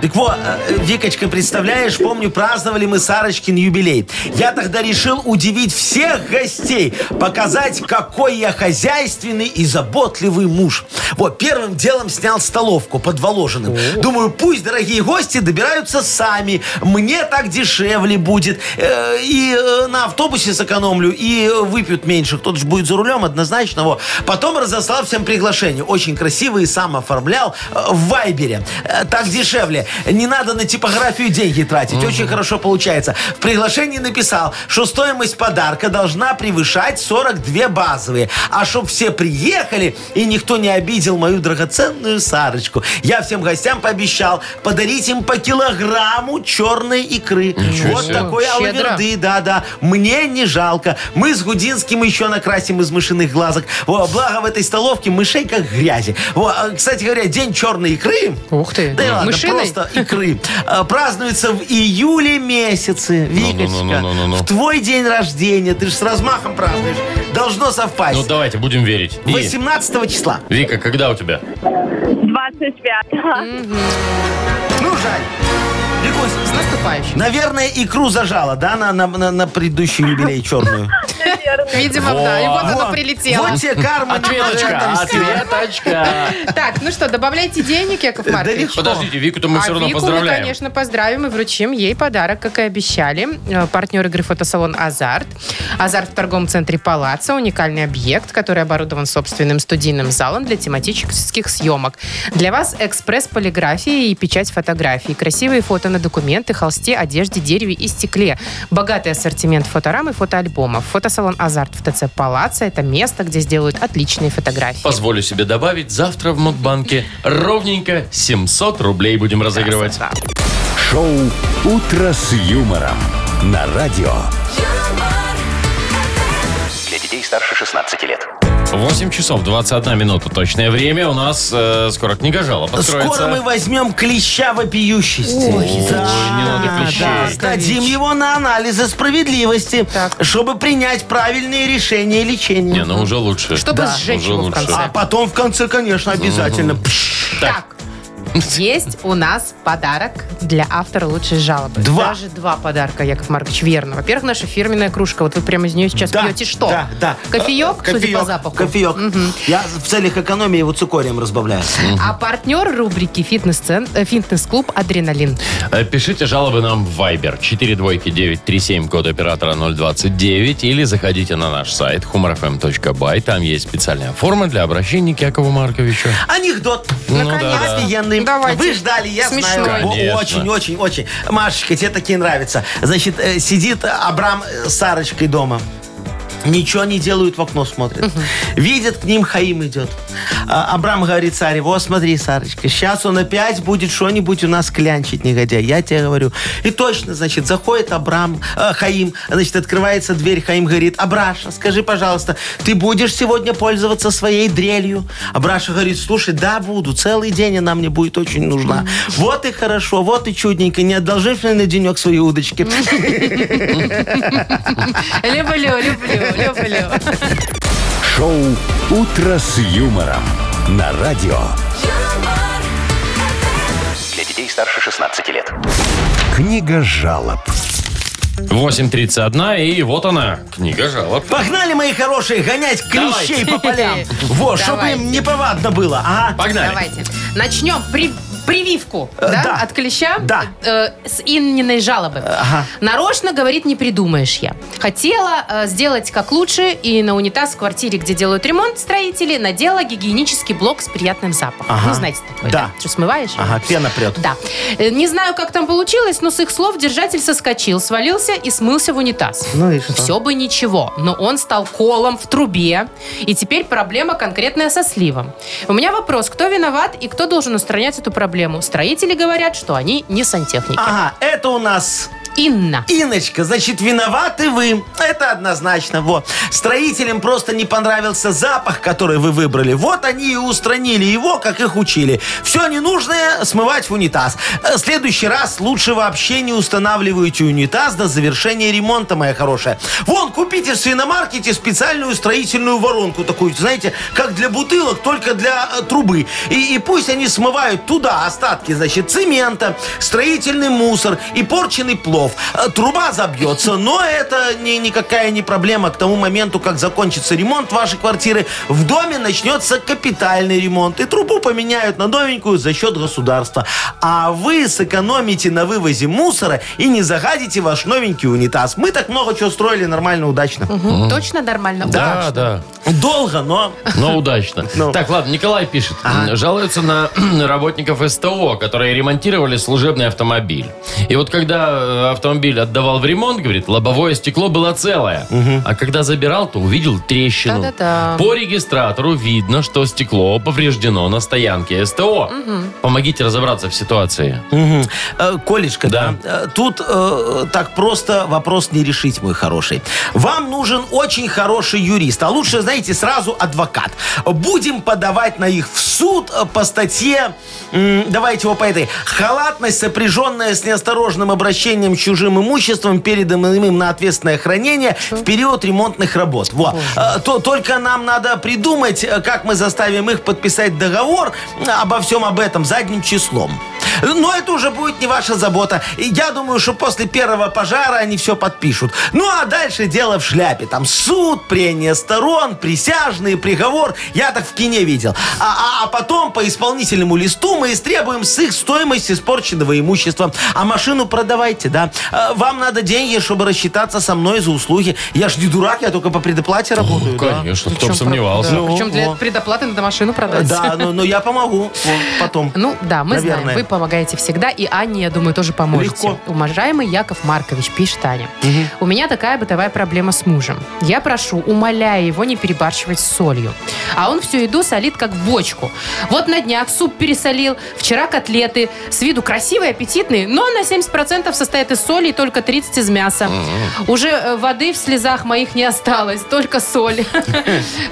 Speaker 4: Так вот, э, Викочка, представляешь, помню, праздновали мы Сарочкин юбилей. Я тогда решил удивить всех гостей, показать, какой я хозяйственный и заботливый муж. Вот, первым делом снял столовку под Воложиным. Думаю, пусть дорогие гости добираются сами. Мне так дешевле будет. Э, И э, на автобусе сэкономлю, и э, выпьют меньше. Кто-то же будет за рулем, однозначно. Во. Потом разослал всем приглашение. Очень красиво и сам оформлял э, в Вайбере. Э, Так дешевле. Не надо на типографию деньги тратить. Очень хорошо получается. В приглашении написал, что стоимость подарка должна превышать 42 базовые. А чтоб все приехали и никто не обидел мою драгоценную Сарочку. Я всем гостям пообещал подарить им по килограмму черной икры. вот
Speaker 2: себе.
Speaker 4: такой
Speaker 3: Щедро.
Speaker 4: алаверды и а да-да, мне не жалко. Мы с Гудинским еще накрасим из мышиных глазок. Во, благо в этой столовке мышей как грязи. Во, а, кстати говоря, день черной икры.
Speaker 3: Ух ты.
Speaker 4: Да и ладно,
Speaker 3: Мышиной?
Speaker 4: просто икры. а, Празднуется в июле месяце. Викочка,
Speaker 2: Ну-ну-ну-ну-ну-ну.
Speaker 4: в твой день рождения, ты же с размахом празднуешь, должно
Speaker 2: Ну
Speaker 4: совпасть.
Speaker 2: давайте, будем верить. И,
Speaker 4: 18 числа.
Speaker 2: Вика, когда у тебя?
Speaker 6: 25
Speaker 4: Ну, жаль. Викусь,
Speaker 3: С наступающим.
Speaker 4: Наверное, икру зажала, да, на, на, на, на предыдущий юбилей черную.
Speaker 3: Видимо, да. И вот оно
Speaker 4: Во,
Speaker 3: прилетело.
Speaker 4: Вот тебе карма. не надо
Speaker 2: Ответочка,
Speaker 4: отомстила.
Speaker 2: ответочка.
Speaker 3: Так, ну что, добавляйте денег, Яков
Speaker 4: Да
Speaker 3: Маркович.
Speaker 4: легко.
Speaker 2: Подождите, Вику-то мы
Speaker 3: а
Speaker 2: все равно
Speaker 3: Вику мы,
Speaker 2: поздравляем.
Speaker 3: конечно, поздравим и вручим ей подарок, как и обещали. Э, Партнер игры фотосалон «Азарт». «Азарт» в торговом центре «Палаца» – уникальный объект, который оборудован собственным студийным залом для тематических съемок. Для вас экспресс полиграфии и печать фотографий, красивые фото на документы, холсте, одежде, дереве и стекле, богатый ассортимент фоторам и фотоальбомов. Фотосалон «Азарт» в ТЦ «Палаца» – это место, где сделают отличные фотографии.
Speaker 2: Позволю себе добавить, завтра в Мудбанке ровненько 700 рублей будем разыгрывать.
Speaker 1: Шоу «Утро с юмором» на радио.
Speaker 5: Для детей старше 16 лет.
Speaker 2: 8 часов 21 минута точное время. У нас э, скоро книга жалоб откроется.
Speaker 4: Скоро мы возьмем клеща вопиющести. Да,
Speaker 2: не надо клещей.
Speaker 4: да, Сдадим его на анализы справедливости,
Speaker 3: Так.
Speaker 4: чтобы принять правильные решения лечения.
Speaker 2: Не, ну уже лучше.
Speaker 3: Чтобы
Speaker 2: Да,
Speaker 3: сжечь
Speaker 2: уже
Speaker 3: его в
Speaker 2: лучше.
Speaker 3: конце.
Speaker 4: А потом в конце, конечно, обязательно. Пш,
Speaker 3: Так. Есть у нас подарок для автора лучшей жалобы.
Speaker 4: Два.
Speaker 3: Даже два подарка, Яков Маркович, верно. Во-первых, наша фирменная кружка. Вот вы прямо из нее сейчас
Speaker 4: да,
Speaker 3: пьете что?
Speaker 4: Да, да. Э,
Speaker 3: Кофеек, судя по запаху.
Speaker 4: Кофеек.
Speaker 3: Мгм.
Speaker 4: Я в целях экономии его цикорием разбавляю.
Speaker 3: А партнер рубрики «Фитнес-цен- э, «Фитнес-клуб Адреналин».
Speaker 2: Э, Пишите жалобы нам в Viber 42937, код оператора 029, или заходите на наш сайт humorfm.by. Там есть специальная форма для обращения к Якову Марковичу.
Speaker 4: Анекдот.
Speaker 2: Ну да, да.
Speaker 4: Офигенный.
Speaker 3: Давайте.
Speaker 4: Вы ждали, я
Speaker 3: Смешной.
Speaker 4: знаю. Во,
Speaker 2: Конечно.
Speaker 4: Очень, очень, очень. Машечка, тебе такие нравятся. Значит, э, сидит Абрам э, с Сарочкой дома. Ничего не делают, в окно смотрят. Видят, к ним Хаим идет. А, Абрам говорит Саре, вот смотри, Сарочка, сейчас он опять будет что-нибудь у нас клянчить, негодяй, я тебе говорю. И точно, значит, заходит Абрам, э, Хаим, значит, открывается дверь, Хаим говорит, Абраша, скажи, пожалуйста, ты будешь сегодня пользоваться своей дрелью? Абраша говорит, слушай, да, буду, целый день она мне будет очень нужна. Вот и хорошо, вот и чудненько, не одолжишь мне на денек свои удочки.
Speaker 3: Люблю, люблю, люблю.
Speaker 1: Шоу «Утро с юмором» на радио.
Speaker 5: Для детей старше 16 лет.
Speaker 1: Книга жалоб.
Speaker 2: 8.31, и вот она, книга жалоб.
Speaker 4: Погнали, мои хорошие, гонять клещей по полям. Во, чтобы им неповадно было. Ага.
Speaker 2: Погнали.
Speaker 3: Давайте. Начнем. При- Прививку, да,
Speaker 4: да.
Speaker 3: от клеща
Speaker 4: Да.
Speaker 3: э, с Инниной жалобы. Нарочно, говорит, не придумаешь я. Хотела э, сделать как лучше и на унитаз в квартире, где делают ремонт строители, надела гигиенический блок с приятным запахом.
Speaker 4: Ага.
Speaker 3: Ну, знаете такой, да?
Speaker 4: Да.
Speaker 3: Что смываешь?
Speaker 4: Ага, пена прет.
Speaker 3: Да. Э, Не знаю, как там получилось, но с их слов держатель соскочил, свалился и смылся в унитаз.
Speaker 4: Ну и что?
Speaker 3: Все бы ничего, но он стал колом в трубе. И теперь проблема конкретная со сливом. У меня вопрос, кто виноват и
Speaker 2: А.
Speaker 3: кто должен устранять эту проблему? Строители говорят, что они не сантехники.
Speaker 4: Ага, это у нас
Speaker 3: Инна.
Speaker 4: Иночка, значит, виноваты вы. Это однозначно. Во. Строителям просто не понравился запах, который вы выбрали. Вот они и устранили его, как их учили. Все ненужное смывать в унитаз. Э, В следующий раз лучше вообще не устанавливайте унитаз до завершения ремонта, моя хорошая. Вон, купите в свиномаркете специальную строительную воронку. Такую, знаете, как для бутылок, только для э, трубы. И, и пусть они смывают туда остатки, значит, цемента, строительный мусор и порченный плов. Э, Труба забьется, но это ни- никакая не проблема. К тому моменту, как закончится ремонт вашей квартиры, в доме начнется капитальный ремонт. И трубу поменяют на новенькую за счет государства. А вы сэкономите на вывозе мусора и не загадите ваш новенький унитаз. Мы так много чего строили нормально, удачно.
Speaker 3: Мгм, Точно нормально?
Speaker 2: Да,
Speaker 3: Удачно.
Speaker 2: да.
Speaker 4: Долго, но...
Speaker 2: Но удачно.
Speaker 4: Ну.
Speaker 2: Так, ладно, Николай пишет. Жалуются на работников СТО, которые ремонтировали служебный автомобиль. И вот когда э, автомобиль отдавал в ремонт, говорит, лобовое стекло было целое. А когда забирал, то увидел трещину.
Speaker 3: Да-да-да.
Speaker 2: По регистратору видно, что стекло повреждено на стоянке СТО. Помогите разобраться в ситуации.
Speaker 4: Мгм. Э, Колечка,
Speaker 2: Да.
Speaker 4: да. э, Тут э, так просто вопрос не решить, мой хороший. Вам нужен очень хороший юрист, а лучше, знаете, сразу адвокат. Будем подавать на их в суд э, по статье, м, давайте его по этой, халатность, сопряженная с неосторожным обращением с чужим имуществом, переданным им на ответственное хранение в период ремонтных работ. Во. Э, То, только нам надо придумать, э, как мы заставим их подписать договор э, обо всем об этом задним числом. Но это уже будет не ваша забота. И Я думаю, что после первого пожара они все подпишут. Ну а дальше дело в шляпе. Там суд, прения сторон, присяжные, приговор. Я так в кине видел. А, а- а потом по исполнительному листу мы истребуем с их стоимость испорченного имущества. А машину продавайте, да? А, Вам надо деньги, чтобы рассчитаться со мной за услуги. Я ж не дурак, я только по предоплате работаю. Ну да.
Speaker 2: Конечно, кто
Speaker 3: Причем
Speaker 2: бы
Speaker 3: про-
Speaker 2: сомневался. Ну.
Speaker 3: да, Ну, Причем для
Speaker 4: во.
Speaker 3: предоплаты надо машину продать.
Speaker 4: Да, но, но я помогу Вот, потом.
Speaker 3: Ну да, мы
Speaker 4: Наверное.
Speaker 3: знаем, вы помогаете всегда, и Анне, я думаю, тоже поможете.
Speaker 4: Легко.
Speaker 3: Уважаемый Яков Маркович, пишет Аня, у меня такая бытовая проблема с мужем. Я прошу, умоляя его не перебарщивать с солью. А он всю еду солит как в бочку. Вот на днях суп пересолил, вчера котлеты, с виду красивые, аппетитные, но на 70% состоит из соли и только 30% из мяса. Уже э, воды в слезах моих не осталось, только соль.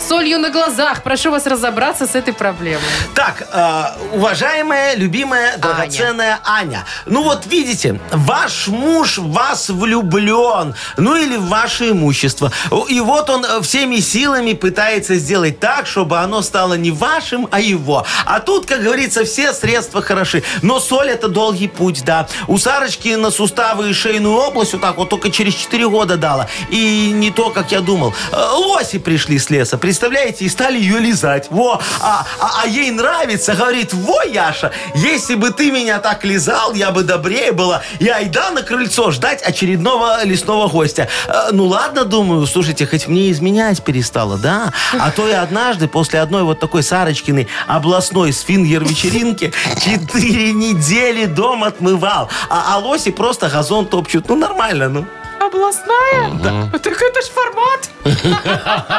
Speaker 3: Солью на глазах. Прошу вас разобраться с этой проблемой.
Speaker 4: Так, э, уважаемая, любимая, драгоценная Аня. Ну вот видите, ваш муж в вас влюблен, ну или в ваше имущество. И вот он э, всеми силами пытается сделать так, чтобы оно стало не вашим, а его. А тут, как говорится, все средства хороши. Но соль это долгий путь, да. У Сарочки на суставы и шейную область вот так вот только через 4 года дала. И не то, как я думал. Э, Лоси пришли с леса, представляете, и стали ее лизать. Во, а, а- а ей нравится, говорит, во, Яша, если бы ты меня так лизал, я бы добрее была. И айда на крыльцо ждать очередного лесного гостя. Э, Ну ладно, думаю, слушайте, хоть мне изменять перестало, да? А то я однажды после одной вот такой Сарочкиной областной сфингер-вечеринки четыре недели дом отмывал. А, а лоси просто газон топчут. Ну нормально, ну.
Speaker 3: Областная? Да. Так это ж формат.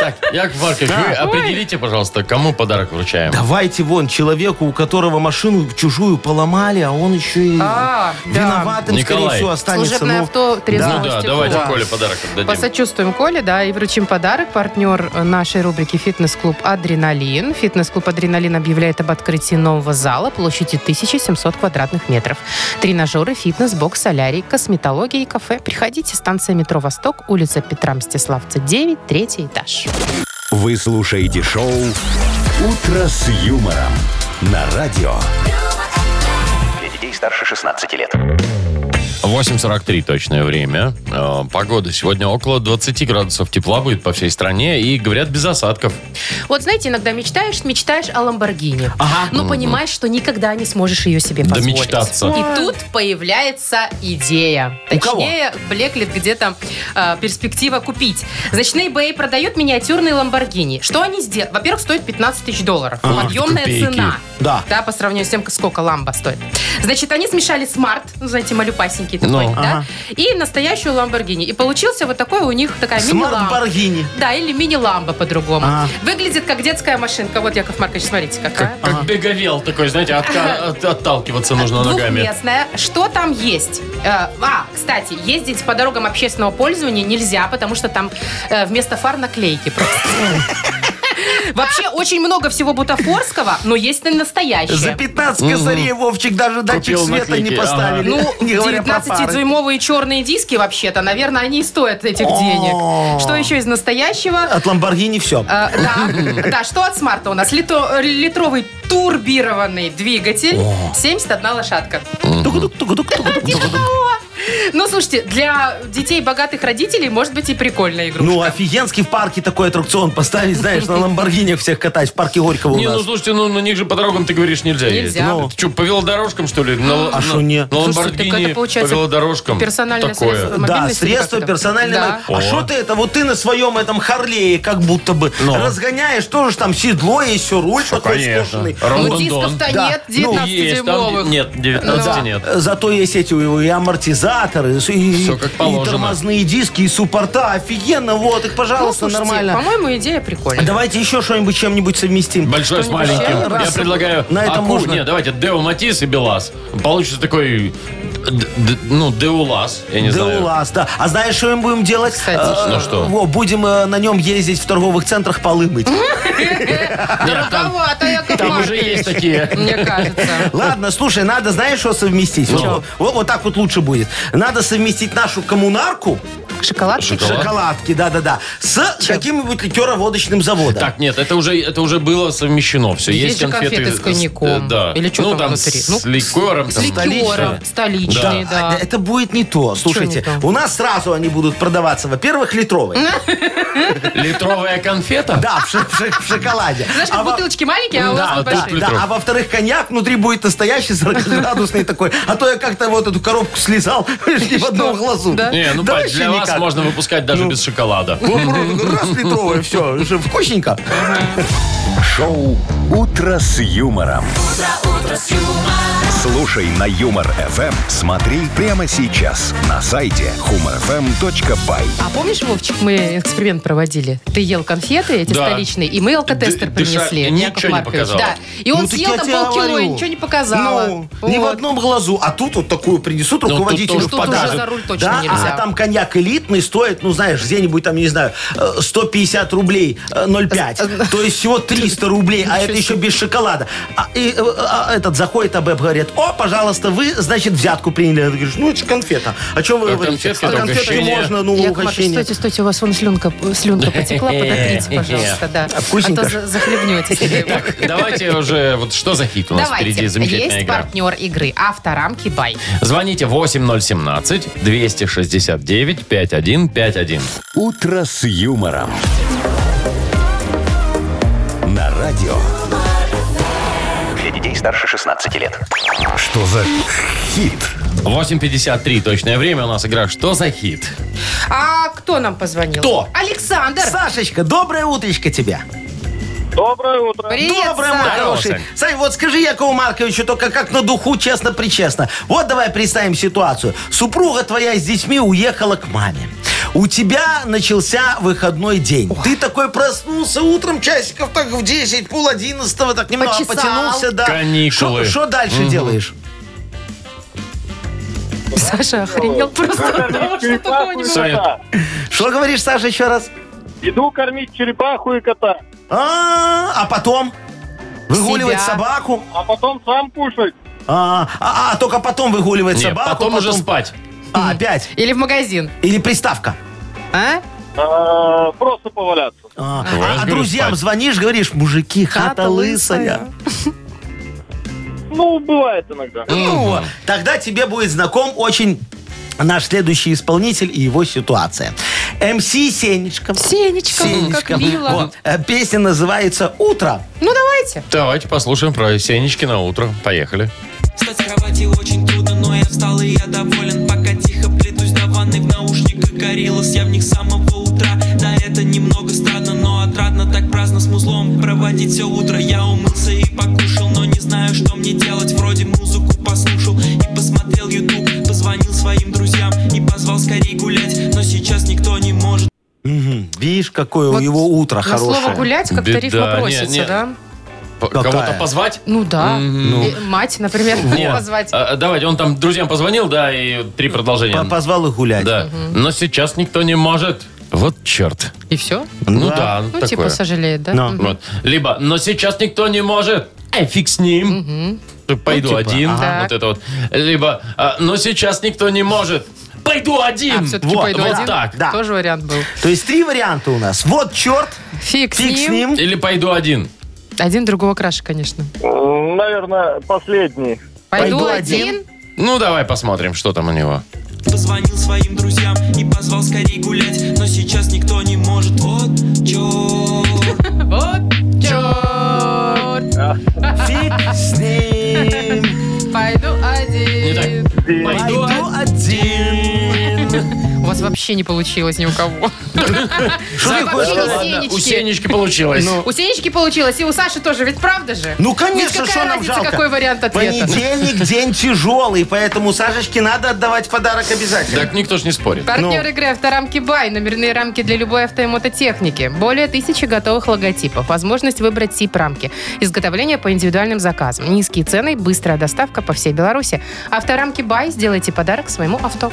Speaker 2: Так, Яков Маркович, вы определите, пожалуйста, кому подарок вручаем.
Speaker 4: Давайте вон человеку, у которого машину чужую поломали, а он еще и
Speaker 3: А, да.
Speaker 4: виноватым,
Speaker 2: Николай.
Speaker 4: скорее всего, останется.
Speaker 3: Служебное
Speaker 4: Ну,
Speaker 3: авто трезвого
Speaker 2: Ну да,
Speaker 3: стекла.
Speaker 2: давайте Коле подарок отдадим.
Speaker 3: Посочувствуем Коле, да, и вручим подарок. Партнер э, нашей рубрики «Фитнес-клуб Адреналин». Фитнес-клуб «Адреналин» объявляет об открытии нового зала площадью 1700 квадратных метров. Тренажеры, фитнес, бокс, солярий, косметология и кафе. Приходите, станция метро «Восток», улица Петра Мстиславца, 9, третий этаж.
Speaker 1: Вы слушаете шоу «Утро с юмором» на радио.
Speaker 5: Для детей старше 16 лет.
Speaker 2: 8.43 точное время. Э, Погода сегодня около 20 градусов тепла будет по всей стране. И говорят, без осадков.
Speaker 3: Вот знаете, иногда мечтаешь, мечтаешь о Ламборгини. Но понимаешь, что никогда не сможешь ее себе позволить.
Speaker 2: Домечтаться.
Speaker 3: И тут появляется идея. Точнее, блеклет где-то э, перспектива купить. Значит, на eBay продают миниатюрные Ламборгини. Что они сделали? Во-первых, стоит 15 тысяч долларов. Подъемная
Speaker 2: копейки.
Speaker 3: цена.
Speaker 4: Да.
Speaker 3: Да, по сравнению с тем, сколько ламба стоит. Значит, они смешали смарт, ну, знаете, малюпасенький такой,
Speaker 2: Ну.
Speaker 3: да? И настоящую Ламборгини. И получился вот такой у них такая мини-ламба.
Speaker 4: Смарт-баргини.
Speaker 3: Да, или мини-ламба по-другому.
Speaker 4: Ага.
Speaker 3: Выглядит как детская машинка. Вот, Яков Маркович, смотрите, а? какая.
Speaker 2: Как беговел такой, знаете, отка- от- отталкиваться нужно ногами.
Speaker 3: А, Двухместная. Что там есть? Э, А, кстати, ездить по дорогам общественного пользования нельзя, потому что там э, вместо фар наклейки просто. Вообще очень много всего бутафорского, но есть и настоящее.
Speaker 4: За 15 косарей, Вовчик, даже датчик
Speaker 2: Купил
Speaker 4: света не
Speaker 2: наклейки,
Speaker 4: поставили.
Speaker 3: Ну,
Speaker 4: не говоря про фары.
Speaker 3: 19-дюймовые черные диски вообще-то, наверное, они и стоят этих денег. Что еще из настоящего?
Speaker 4: От Ламборгини все.
Speaker 3: Э, да, да, что от смарта у нас? Лито- э, литровый турбированный двигатель, 71 лошадка. Ну, слушайте, для детей богатых родителей может быть и прикольная игрушка.
Speaker 4: Ну, офигенский в парке такой аттракцион поставить, знаешь, на Ламборгинях всех катать, в парке Горького у
Speaker 2: Не, ну
Speaker 4: нас. Ну.
Speaker 2: слушайте, ну на них же по дорогам, ты говоришь, нельзя ездить.
Speaker 3: Нельзя.
Speaker 2: Ты что, по велодорожкам, что ли? На,
Speaker 4: А
Speaker 2: на-
Speaker 4: шо не?
Speaker 2: На
Speaker 3: Слушайте, так
Speaker 2: Ламборгини
Speaker 3: это
Speaker 2: по
Speaker 3: получается
Speaker 2: велодорожкам.
Speaker 3: персональное
Speaker 2: Такое.
Speaker 3: средство.
Speaker 4: Да,
Speaker 3: мобильности или как
Speaker 4: средства
Speaker 3: это?
Speaker 4: персональной...
Speaker 3: Да.
Speaker 4: мобиль- А что ты это? Вот ты на своем этом Харлее как будто бы
Speaker 2: Ну.
Speaker 4: разгоняешь, тоже там седло есть, все, руль такой
Speaker 2: Конечно.
Speaker 4: скошенный.
Speaker 3: Ну,
Speaker 2: Роландон.
Speaker 3: дисков-то
Speaker 4: Да.
Speaker 3: нет
Speaker 4: Ну,
Speaker 2: Есть, там
Speaker 3: 19-дюймовых.
Speaker 2: Нет, 19
Speaker 3: Ну.
Speaker 2: нет.
Speaker 4: Э, Зато есть эти у него и амортизаторы, и,
Speaker 2: Всё как
Speaker 4: и
Speaker 2: положено.
Speaker 4: тормозные диски, и суппорта. Офигенно, вот их,
Speaker 3: Ну,
Speaker 4: пожалуйста,
Speaker 3: слушайте,
Speaker 4: нормально.
Speaker 3: по-моему, идея прикольная.
Speaker 4: Давайте еще что-нибудь чем-нибудь совместим.
Speaker 2: Большой с
Speaker 3: Что-нибудь
Speaker 2: маленьким. Я
Speaker 3: еще?
Speaker 4: Раз
Speaker 2: предлагаю
Speaker 4: на этом
Speaker 2: Аку-
Speaker 4: можно.
Speaker 2: Не, давайте Део Матис и Белас. Получится такой, д- д- ну, Деулас, я не
Speaker 4: Да
Speaker 2: знаю.
Speaker 4: у вас, да. А знаешь, что им будем делать?
Speaker 3: Кстати.
Speaker 4: Э,
Speaker 2: Ну что?
Speaker 4: во, будем э, на нем ездить в торговых центрах полы мыть.
Speaker 2: Нет, там,
Speaker 3: Дороговато, Яков
Speaker 2: там уже
Speaker 3: Маркович,
Speaker 2: есть такие.
Speaker 3: Мне кажется.
Speaker 4: Ладно, слушай, надо, знаешь, что совместить?
Speaker 2: Ну.
Speaker 4: Вот, вот- вот так вот лучше будет. Надо совместить нашу коммунарку,
Speaker 3: Шоколад?
Speaker 2: Шоколад.
Speaker 4: шоколадки, да-да-да, с каким-нибудь ликероводочным заводом.
Speaker 2: Так, нет, это уже, это уже было совмещено все.
Speaker 3: Есть же конфеты с коньяком.
Speaker 2: э, Да.
Speaker 3: Или что
Speaker 2: ну,
Speaker 3: там
Speaker 2: там
Speaker 3: внутри?
Speaker 2: С
Speaker 3: Ну,
Speaker 2: ликером.
Speaker 3: С
Speaker 2: там.
Speaker 3: ликером,
Speaker 4: столичные.
Speaker 3: столичные,
Speaker 4: А,
Speaker 3: да.
Speaker 4: Это будет не то. Слушайте,
Speaker 3: не то?
Speaker 4: у нас сразу они будут продаваться, во-первых, литровые.
Speaker 2: Литровая конфета?
Speaker 4: Да, в, шо- в шо- в шоколаде.
Speaker 3: Знаешь,
Speaker 4: А
Speaker 3: как
Speaker 4: во-
Speaker 3: бутылочки маленькие, а у
Speaker 4: да,
Speaker 3: вас
Speaker 4: да,
Speaker 3: большие.
Speaker 4: да.
Speaker 2: Литров.
Speaker 4: а во-вторых, коньяк внутри будет настоящий 40-градусный такой. А то я как-то вот эту коробку слезал и в одном глазу.
Speaker 3: Да?
Speaker 2: Не, ну,
Speaker 4: Да
Speaker 2: Пать,
Speaker 4: вообще
Speaker 2: для вас
Speaker 4: никак.
Speaker 2: можно выпускать
Speaker 3: Ну.
Speaker 2: даже без шоколада.
Speaker 4: Вот просто Раз литровое, все, уже вкусненько.
Speaker 1: Шоу «Утро с юмором». Слушай на Юмор ФМ. Смотри прямо сейчас на сайте humorfm.by.
Speaker 3: А помнишь, Вовчик, мы эксперимент проводили? Ты ел конфеты эти
Speaker 2: Да.
Speaker 3: столичные, и мы алкотестер
Speaker 2: Д- дыша-
Speaker 3: принесли.
Speaker 2: ничего
Speaker 3: Яков
Speaker 2: не
Speaker 3: Маркович,
Speaker 2: показало.
Speaker 3: Да. И он
Speaker 4: Ну, так
Speaker 3: съел
Speaker 4: я
Speaker 3: там
Speaker 4: тебе
Speaker 3: полкило, и
Speaker 4: говорю.
Speaker 3: ничего не показало.
Speaker 4: Ну, не в
Speaker 3: Вот.
Speaker 4: одном глазу, а тут вот такую принесут
Speaker 2: Ну, тут
Speaker 4: руководителю
Speaker 2: тоже-
Speaker 4: в
Speaker 3: Тут уже
Speaker 4: подарок.
Speaker 3: за руль точно
Speaker 4: Да,
Speaker 3: нельзя.
Speaker 4: А там коньяк элитный стоит, ну, знаешь, где-нибудь там, не знаю, э, 150 рублей э, 0,5. То есть всего 300 рублей, а это еще без шоколада. А, и, э, а этот заходит АБЭП, говорит, о, пожалуйста, вы, значит, взятку приняли. Ты говоришь, ну, это же конфета. О чем вы
Speaker 2: А
Speaker 4: говорите?
Speaker 2: конфетки,
Speaker 4: а
Speaker 2: это
Speaker 4: конфетки
Speaker 2: угощение.
Speaker 4: можно, ну,
Speaker 3: Яков Маркович,
Speaker 4: угощение.
Speaker 3: стойте, стойте, у вас вон слюнка, слюнка потекла, подотрите, пожалуйста, да.
Speaker 4: А вкусненько
Speaker 3: А то за- захлебнетесь.
Speaker 2: Так, давайте уже, вот что за хит у нас
Speaker 3: Давайте.
Speaker 2: впереди? Замечательная
Speaker 3: Есть
Speaker 2: игра.
Speaker 3: партнер игры «Авторамки Бай».
Speaker 2: Звоните 8017-269-5151.
Speaker 1: «Утро с юмором». На радио.
Speaker 5: Для детей старше 16 лет.
Speaker 1: Что за хит?
Speaker 2: 8.53 точное время у нас игра «Что за хит?».
Speaker 3: А кто нам позвонил?
Speaker 4: Кто?
Speaker 3: Александр.
Speaker 4: Сашечка, доброе утречко тебе.
Speaker 7: Доброе утро.
Speaker 3: Привет,
Speaker 4: Доброе, мой
Speaker 3: Саш.
Speaker 2: Здорово,
Speaker 4: хороший.
Speaker 2: Сань.
Speaker 4: Сань, вот скажи Якову Марковичу только как на духу, честно-причестно. Вот давай представим ситуацию. Супруга твоя с детьми уехала к маме. У тебя начался выходной день. Ты такой проснулся утром часиков так в 10, пол 11, так немного
Speaker 3: Почесал.
Speaker 4: потянулся. Да.
Speaker 2: Каникулы.
Speaker 4: Что дальше делаешь?
Speaker 3: Саша охренел просто от того, что такого не было.
Speaker 2: Саня,
Speaker 4: Что говоришь, Саша, еще раз?
Speaker 7: Иду кормить черепаху и кота,
Speaker 4: А, а потом? Выгуливать
Speaker 3: Себя.
Speaker 4: собаку?
Speaker 7: а потом сам кушать.
Speaker 4: А, а, а, только потом выгуливать
Speaker 2: не,
Speaker 4: собаку?
Speaker 2: потом уже спать.
Speaker 4: А, опять?
Speaker 3: Или в магазин.
Speaker 4: Или приставка?
Speaker 3: А?
Speaker 7: А, просто поваляться.
Speaker 4: А,
Speaker 2: Ну, я
Speaker 4: а
Speaker 2: же говорю,
Speaker 4: друзьям
Speaker 2: спать.
Speaker 4: звонишь, говоришь, мужики, хата,
Speaker 3: Хата лысая.
Speaker 4: лысая.
Speaker 7: Ну, бывает иногда.
Speaker 4: Ну, вот. тогда тебе будет знаком очень наш следующий исполнитель и его ситуация. МС Сенечка.
Speaker 3: Сенечка,
Speaker 4: Сенечка.
Speaker 3: как мило.
Speaker 4: Вот. Э, Песня называется «Утро».
Speaker 3: Ну, давайте.
Speaker 2: Давайте послушаем про Сенечки на утро. Поехали.
Speaker 8: Встать с кровати очень трудно, но я встал и я доволен Пока тихо плетусь до ванны в наушниках гориллас Я в них с самого утра, да это немного странно Но отрадно так праздно с музлом проводить все утро Я умылся и покушал, но не знаю, что мне делать Вроде музыку послушал и посмотрел ютуб Позвонил своим другом гулять, но сейчас никто не может.
Speaker 4: Видишь, какое у
Speaker 3: Вот
Speaker 4: него утро
Speaker 3: На слово
Speaker 4: хорошее.
Speaker 3: гулять как
Speaker 2: Беда.
Speaker 3: то рифма просится,
Speaker 2: Не, не.
Speaker 3: да?
Speaker 2: П-
Speaker 4: Какая?
Speaker 2: Кого-то позвать?
Speaker 3: Ну да.
Speaker 2: Ну.
Speaker 3: И Мать, например,
Speaker 2: Вот.
Speaker 3: позвать.
Speaker 2: А, а, Давайте, он там друзьям позвонил, да, и три продолжения.
Speaker 4: П- Позвал их гулять.
Speaker 2: Да. Но сейчас никто не может. Вот черт.
Speaker 3: И все?
Speaker 2: Ну
Speaker 4: Да.
Speaker 2: да,
Speaker 3: Ну,
Speaker 2: такое.
Speaker 3: типа, сожалеет, да?
Speaker 4: Но.
Speaker 3: Мгм.
Speaker 2: Вот. Либо, но сейчас никто не может. Ай, фиг с ним. Пойду
Speaker 3: Ну, типа,
Speaker 2: один.
Speaker 3: ага.
Speaker 2: Вот это вот. Либо, а, но сейчас никто не может. Пойду один.
Speaker 3: А, все-таки
Speaker 4: Вот,
Speaker 3: пойду
Speaker 2: вот
Speaker 3: один?
Speaker 2: так.
Speaker 4: Да.
Speaker 3: Тоже вариант был.
Speaker 4: То есть три варианта у нас. Вот черт,
Speaker 3: Фиг,
Speaker 4: фиг
Speaker 3: с
Speaker 4: с
Speaker 3: ним.
Speaker 4: ним.
Speaker 2: Или пойду один.
Speaker 3: Один другого краше, конечно.
Speaker 7: М, Наверное, последний.
Speaker 3: Пойду,
Speaker 4: Пойду
Speaker 3: один.
Speaker 4: один.
Speaker 2: Ну, давай посмотрим, что там у него.
Speaker 8: Позвонил своим друзьям и позвал скорей гулять, но сейчас никто не может. Вот черт.
Speaker 3: Вот черт.
Speaker 4: Фиг с ним.
Speaker 3: Пойду
Speaker 2: Не
Speaker 3: один.
Speaker 2: так.
Speaker 4: Пойду один.
Speaker 3: У вас вообще не получилось ни у кого.
Speaker 4: Что ты хочешь
Speaker 3: вообще
Speaker 4: сказать?
Speaker 3: ладно.
Speaker 2: Ладно, у
Speaker 3: Сенечки.
Speaker 2: Сенечки получилось.
Speaker 3: У Сенечки получилось, и у Саши тоже, ведь правда же?
Speaker 4: Ну, конечно,
Speaker 3: Ведь
Speaker 4: что
Speaker 3: какая
Speaker 4: нам
Speaker 3: разница,
Speaker 4: жалко?
Speaker 3: какой вариант ответа?
Speaker 4: Понедельник день тяжелый, поэтому Сашечке надо отдавать подарок обязательно.
Speaker 2: Так никто ж не спорит.
Speaker 3: Партнер
Speaker 4: Ну.
Speaker 3: игры «Авторамки Бай» – номерные рамки для любой авто и мототехники. Более тысячи готовых логотипов. Возможность выбрать тип рамки. Изготовление по индивидуальным заказам. Низкие цены и быстрая доставка по всей Беларуси. «Авторамки Бай» – сделайте подарок своему авто.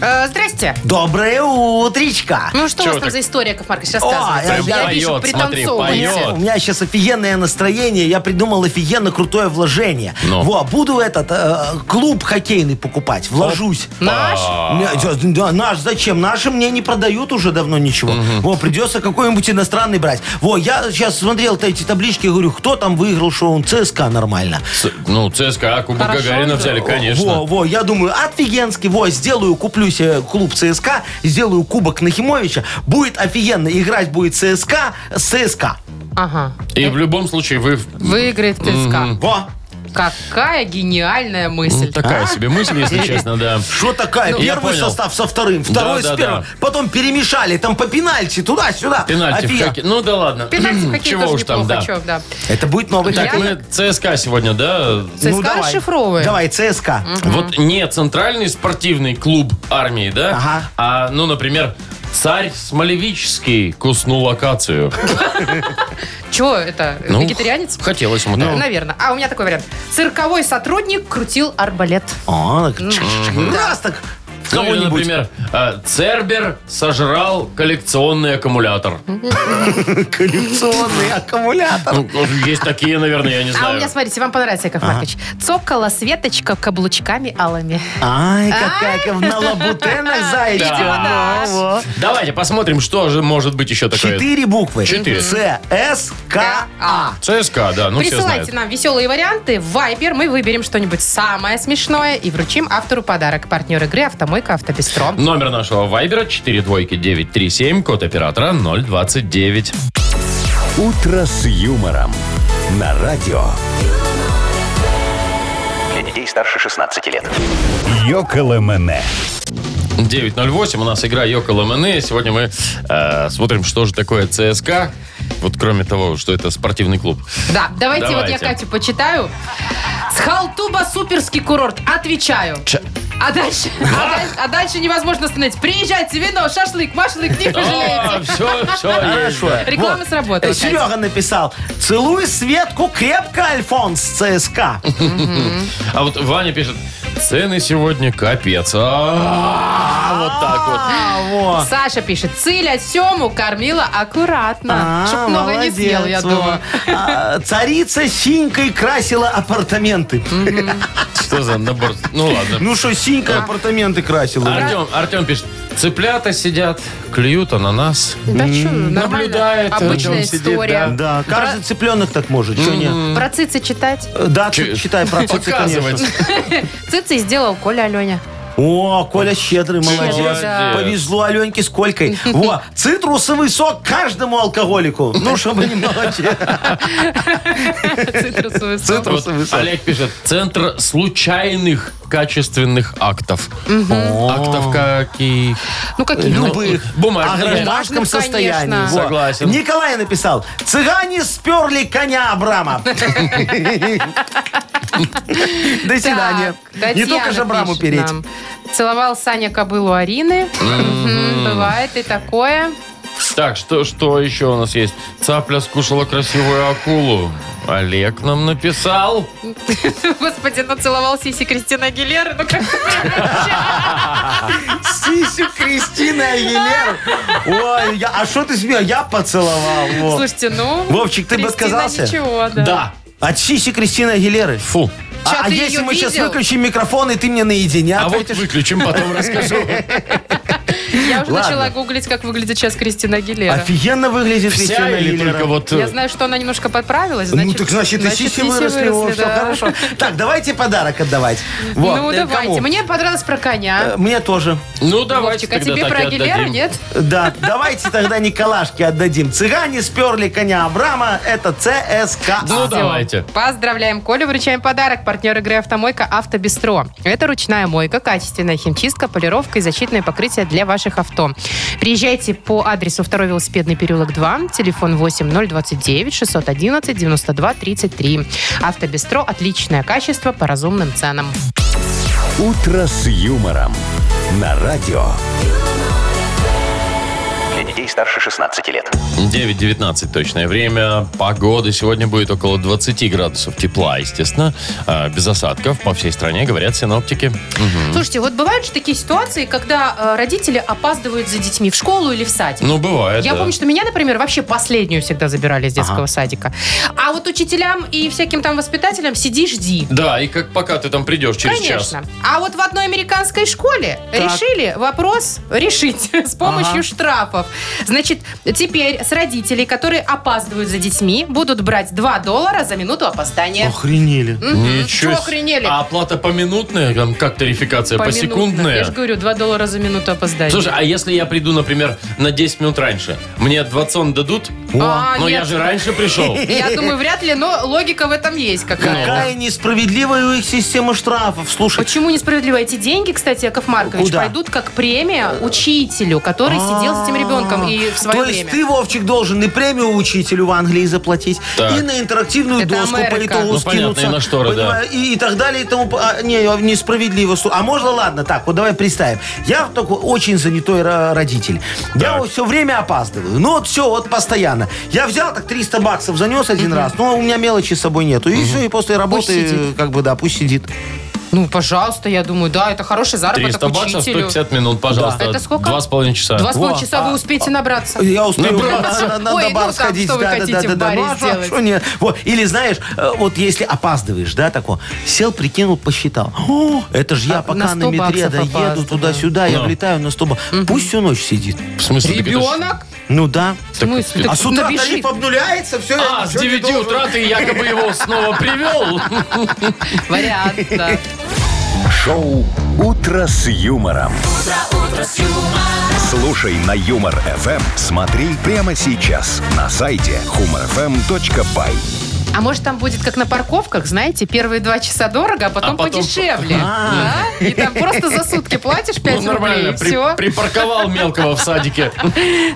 Speaker 3: Э, здрасте.
Speaker 4: Доброе утречко.
Speaker 3: Ну, что
Speaker 2: Чего
Speaker 3: у вас там
Speaker 2: так?
Speaker 3: за история, Яков Маркович, рассказывайте.
Speaker 4: Ой,
Speaker 3: я
Speaker 4: прям
Speaker 2: поет,
Speaker 3: вижу,
Speaker 2: смотри,
Speaker 3: пританцовываете.
Speaker 2: поет.
Speaker 4: У меня сейчас офигенное настроение. Я придумал офигенно крутое вложение.
Speaker 2: Ну.
Speaker 4: Во, буду этот э, клуб хоккейный покупать. Вложусь.
Speaker 3: Наш?
Speaker 4: Не, да, да, наш зачем? Наши мне не продают уже давно ничего. Во, придется какой-нибудь иностранный брать. Во, я сейчас смотрел эти таблички, говорю, кто там выиграл, что он ЦСКА нормально.
Speaker 2: С- ну, ЦСКА, Кубок
Speaker 3: Хорошо
Speaker 2: Гагарина
Speaker 3: же.
Speaker 2: взяли,
Speaker 4: Во,
Speaker 2: конечно.
Speaker 4: во, я думаю, офигенский, во, сделаю, куплю себе клуб ЦСКА, сделаю кубок Нахимовича, будет офигенно, играть будет ЦСКА с ЦСКА.
Speaker 3: Ага.
Speaker 2: И в любом случае вы...
Speaker 3: Выиграет ЦСКА.
Speaker 4: Во,
Speaker 3: Какая гениальная
Speaker 2: Ну,
Speaker 3: мысль.
Speaker 2: такая себе мысль, если честно, да.
Speaker 4: что такая?
Speaker 2: Ну, я
Speaker 4: Первый
Speaker 2: понял.
Speaker 4: состав со вторым, второй
Speaker 2: Да, да,
Speaker 4: с первым.
Speaker 2: да.
Speaker 4: Потом перемешали, там по пенальти, туда-сюда.
Speaker 2: Пенальти в
Speaker 4: Офигенно.
Speaker 2: хоккее. Ну да ладно.
Speaker 3: Пенальти в хоккее
Speaker 2: Чего
Speaker 3: тоже
Speaker 2: уж там,
Speaker 3: неплохо,
Speaker 2: да.
Speaker 3: чё, да.
Speaker 4: Это будет новый
Speaker 2: Так,
Speaker 4: хоккей. Ну,
Speaker 2: мы ЦСКА сегодня, да?
Speaker 3: ЦСКА
Speaker 4: давай.
Speaker 3: расшифровываем.
Speaker 4: Давай, ЦСКА.
Speaker 2: Вот не центральный спортивный клуб армии, да?
Speaker 4: Ага.
Speaker 2: А, ну, например, царь Смолевический куснул акацию.
Speaker 3: Чего это?
Speaker 2: Ну,
Speaker 3: Вегетарианец?
Speaker 2: Хотелось Ну, ему так.
Speaker 3: Наверное. А у меня такой вариант. Цирковой сотрудник крутил арбалет. А
Speaker 4: О, так чш-чш-чш. раз так в
Speaker 2: Ну, или,
Speaker 4: кого-нибудь.
Speaker 2: например, э, Цербер сожрал коллекционный аккумулятор.
Speaker 4: Коллекционный аккумулятор.
Speaker 2: Ну, есть такие, наверное, я не
Speaker 3: А у
Speaker 2: знаю.
Speaker 3: меня, смотрите, вам понравится, Яков Маркович. Цокала Светочка каблучками алыми.
Speaker 4: Ай, какая ков- на лабутенах
Speaker 2: А? Да.
Speaker 4: заячья. Ну, во.
Speaker 2: Давайте посмотрим, что же может быть еще такое.
Speaker 4: Четыре буквы.
Speaker 2: Четыре.
Speaker 4: С, С, К, А.
Speaker 2: ЦСКА, да, ну все
Speaker 3: Присылайте
Speaker 2: знают.
Speaker 3: нам веселые варианты в Viber. Мы выберем что-нибудь самое смешное и вручим автору подарок. Партнер игры «Автомойка Автобестро».
Speaker 2: Номер нашего вайбера 42937, код оператора 029.
Speaker 1: «Утро с юмором» на радио.
Speaker 5: Для детей старше 16 лет.
Speaker 1: Йоколэмэне.
Speaker 2: 908, у нас игра Йоко Ламене. Сегодня мы э, смотрим, что же такое ЦСКА. Вот кроме того, что это спортивный клуб.
Speaker 3: Да, давайте, вот я
Speaker 2: Давайте.
Speaker 3: Катю почитаю. С Халтуба суперский курорт. Отвечаю.
Speaker 2: Ча-
Speaker 3: А дальше, а, дальше, а дальше невозможно остановить. Приезжайте, вино, шашлык, машлык, не пожалеете.
Speaker 2: все, все А, есть.
Speaker 4: Хорошо.
Speaker 3: Реклама
Speaker 4: Э, Вот.
Speaker 3: сработала. Кать.
Speaker 4: Серега написал. Целуй Светку крепко, Альфонс, ЦСКА.
Speaker 2: А вот Ваня пишет, цены сегодня капец. А, Вот так вот.
Speaker 4: А, во.
Speaker 3: Саша пишет, Циля Сему кормила аккуратно.
Speaker 4: А,
Speaker 3: Чтоб новое не
Speaker 4: молодец,
Speaker 3: съел, я
Speaker 4: во.
Speaker 3: думаю.
Speaker 4: А, Царица синькой красила апартаменты.
Speaker 2: Что за набор? Ну ладно.
Speaker 4: Ну что,
Speaker 3: А.
Speaker 4: синька апартаменты красила.
Speaker 2: А Артем, Артем пишет, цыплята сидят, клюют ананас.
Speaker 3: Да что,
Speaker 4: М-м.
Speaker 3: нормально.
Speaker 2: наблюдает,
Speaker 3: Обычная
Speaker 2: он сидит,
Speaker 3: история.
Speaker 4: Да, каждый цыпленок так может. Чё не?
Speaker 3: Про цицы читать.
Speaker 4: Да,
Speaker 2: Че-
Speaker 4: читай про цицы, конечно.
Speaker 2: Показывать.
Speaker 3: Цицы сделал Коля Аленя.
Speaker 4: О, Коля щедрый, молодец.
Speaker 3: Щедрый, да.
Speaker 4: Повезло Аленке с Колькой. Во, цитрусовый сок каждому алкоголику. Ну, чтобы немного... че-
Speaker 3: Цитрусовый сок.
Speaker 2: Вот Олег пишет, центр случайных качественных актов. Актов каких?
Speaker 3: Ну, какие?
Speaker 4: Любых. О
Speaker 2: Бумажные.
Speaker 4: гражданском
Speaker 3: Бумажных,
Speaker 4: состоянии.
Speaker 3: конечно.
Speaker 4: Во.
Speaker 2: Согласен.
Speaker 4: Николай написал. Цыгане сперли коня Абрама. До свидания.
Speaker 3: Так,
Speaker 4: Не
Speaker 3: Татьяна
Speaker 4: только же Абраму
Speaker 3: пишет
Speaker 4: переть.
Speaker 3: нам. Целовал Саня кобылу Арины. Мгм, Бывает и такое.
Speaker 2: Так, что, что еще у нас есть? Цапля скушала красивую акулу. Олег нам написал.
Speaker 3: Господи, ну целовал сиси Кристина Гилер. Ну как
Speaker 4: Сисю Кристина Агилер. Ой, я- а что ты смеешь? Я поцеловал. во.
Speaker 3: Слушайте, ну...
Speaker 4: Вовчик, ты бы
Speaker 3: Кристина
Speaker 4: отказался?
Speaker 3: ничего, да.
Speaker 4: От сиси Кристины Агилеры.
Speaker 2: Фу.
Speaker 3: Чё,
Speaker 4: А, а
Speaker 3: ты
Speaker 4: если
Speaker 3: её
Speaker 4: мы сейчас
Speaker 3: видел?
Speaker 4: выключим микрофон, и ты мне наедине
Speaker 2: А вот
Speaker 4: ответишь?
Speaker 2: выключим, потом расскажу.
Speaker 3: Я уже
Speaker 4: Ладно.
Speaker 3: начала гуглить, как выглядит сейчас Кристина Гилера.
Speaker 4: Офигенно выглядит
Speaker 2: Вся
Speaker 4: Кристина
Speaker 2: или
Speaker 4: Агилера.
Speaker 2: только вот... э,
Speaker 3: Я знаю, что она немножко подправилась.
Speaker 4: ну, так значит, и сиси выросли, во, всё
Speaker 3: да.
Speaker 4: хорошо. Так, давайте подарок отдавать. Во.
Speaker 3: Ну,
Speaker 4: Э,
Speaker 3: давайте.
Speaker 4: кому?
Speaker 3: Мне понравилось про коня.
Speaker 4: Э, Мне тоже.
Speaker 2: Ну, давайте
Speaker 3: Вовчик, а
Speaker 2: тогда
Speaker 3: тебе
Speaker 2: так
Speaker 3: про
Speaker 2: и
Speaker 3: Гилеру
Speaker 2: отдадим.
Speaker 3: нет?
Speaker 4: Да, давайте тогда Николашке отдадим. Цыгане сперли коня Абрама, это ЦСКА.
Speaker 2: Ну, давайте.
Speaker 3: Поздравляем Колю, вручаем подарок. Партнер игры «Автомойка Автобестро». Это ручная мойка, качественная химчистка, полировка и защитное покрытие для ваших авто. Приезжайте по адресу 2 велосипедный переулок 2, телефон 8029 611 92 33. «Автобестро» – отличное качество по разумным ценам.
Speaker 1: «Утро с юмором» на радио.
Speaker 5: Для детей старше 16 лет.
Speaker 2: 9.19 точное время. Погода сегодня будет около 20 градусов тепла, естественно. А, Без осадков по всей стране, говорят синоптики. Мгм.
Speaker 3: Слушайте, вот бывают же такие ситуации, когда э, родители опаздывают за детьми в школу или в садик.
Speaker 2: Ну, бывает,
Speaker 3: Я
Speaker 2: да.
Speaker 3: помню, что меня, например, вообще последнюю всегда забирали из детского садика. А вот учителям и всяким там воспитателям сиди, жди.
Speaker 2: Да, и как пока ты там придешь через
Speaker 3: Конечно.
Speaker 2: час.
Speaker 3: А вот в одной американской школе
Speaker 4: Так.
Speaker 3: решили вопрос решить с помощью штрафов. Значит, теперь с родителей, которые опаздывают за детьми, будут брать 2 доллара за минуты опоздания.
Speaker 4: Охренели.
Speaker 3: Мгм.
Speaker 2: Ничего
Speaker 3: Чё
Speaker 2: с-
Speaker 3: охренели?
Speaker 2: А оплата поминутная, там как тарификация,
Speaker 3: Поминутно. Я
Speaker 2: посекундная?
Speaker 3: же говорю, 2 доллара за минуту опоздания.
Speaker 2: Слушай, а если я приду, например, на 10 минут раньше, мне 20 дадут?
Speaker 3: А,
Speaker 4: ну,
Speaker 2: Но я
Speaker 3: нет.
Speaker 2: же раньше пришел.
Speaker 3: Я думаю, вряд ли, но логика в этом есть какая-то.
Speaker 4: Какая несправедливая у их система штрафов. Слушай,
Speaker 3: Почему несправедливо? Эти деньги, кстати, Яков Маркович,
Speaker 4: Куда? А.
Speaker 3: пойдут как премия учителю, который сидел с этим ребенком и в свое
Speaker 4: То есть
Speaker 3: время.
Speaker 4: ты, Вовчик, должен и премию учителю в Англии заплатить,
Speaker 2: Так.
Speaker 4: и на интерактивную
Speaker 3: Это
Speaker 4: доску
Speaker 3: Америка.
Speaker 4: по итогу
Speaker 2: Ну, понятно,
Speaker 4: скинуться.
Speaker 2: и на шторы, да.
Speaker 4: понимаешь, и, и так далее, и тому... по- а, не, я несправедливо. слу- А можно, ладно, так, вот давай представим. Я вот такой очень занятой ро- родитель. Я вот все время опаздываю. Ну, вот все, вот постоянно. Я взял так 300 баксов, занес один раз, но у меня мелочи с собой нету. И все, и после работы,
Speaker 3: сидит.
Speaker 4: как бы, да, пусть сидит.
Speaker 3: Ну, пожалуйста, я думаю, да, это хороший заработок
Speaker 2: 300 баксов,
Speaker 3: учителю.
Speaker 2: 150 минут, пожалуйста.
Speaker 3: Да. Это сколько?
Speaker 2: Два с половиной часа.
Speaker 3: Два с половиной
Speaker 4: Во, А,
Speaker 3: часа вы успеете набраться.
Speaker 4: Я успею на,
Speaker 2: Набраться.
Speaker 4: на- на- на
Speaker 3: Ой, ну
Speaker 4: бар
Speaker 3: там,
Speaker 4: сходить.
Speaker 3: что вы хотите в баре
Speaker 4: Ну, а что-
Speaker 3: сделать?
Speaker 4: что нет? Вот. Или знаешь, э, вот если опаздываешь, да, такой, сел, прикинул, посчитал. О, это же я
Speaker 3: А, на
Speaker 4: пока
Speaker 3: 100
Speaker 4: на, метре
Speaker 3: баксов
Speaker 4: доеду
Speaker 3: опаздываю.
Speaker 4: туда-сюда, я
Speaker 2: Ну.
Speaker 4: влетаю на 100 баксов. Пусть всю ночь сидит.
Speaker 2: В смысле? так это ж-
Speaker 3: Ребенок?
Speaker 4: Ну да.
Speaker 3: В смысле? Так
Speaker 4: а с утра
Speaker 3: набежит.
Speaker 4: тариф обнуляется, все,
Speaker 2: А, с 9 утра ты якобы его снова привел.
Speaker 3: Вариант, да.
Speaker 1: Шоу «Утро с юмором». Слушай на Юмор ФМ. Смотри прямо сейчас на сайте humorfm.by.
Speaker 3: А может, там будет как на парковках, знаете, первые два часа дорого, а потом,
Speaker 2: потом-
Speaker 3: подешевле.
Speaker 4: А.
Speaker 3: Да? И там просто за сутки платишь 5
Speaker 2: Ну, нормально,
Speaker 3: рублей, и
Speaker 2: при-
Speaker 3: все.
Speaker 2: припарковал мелкого в садике.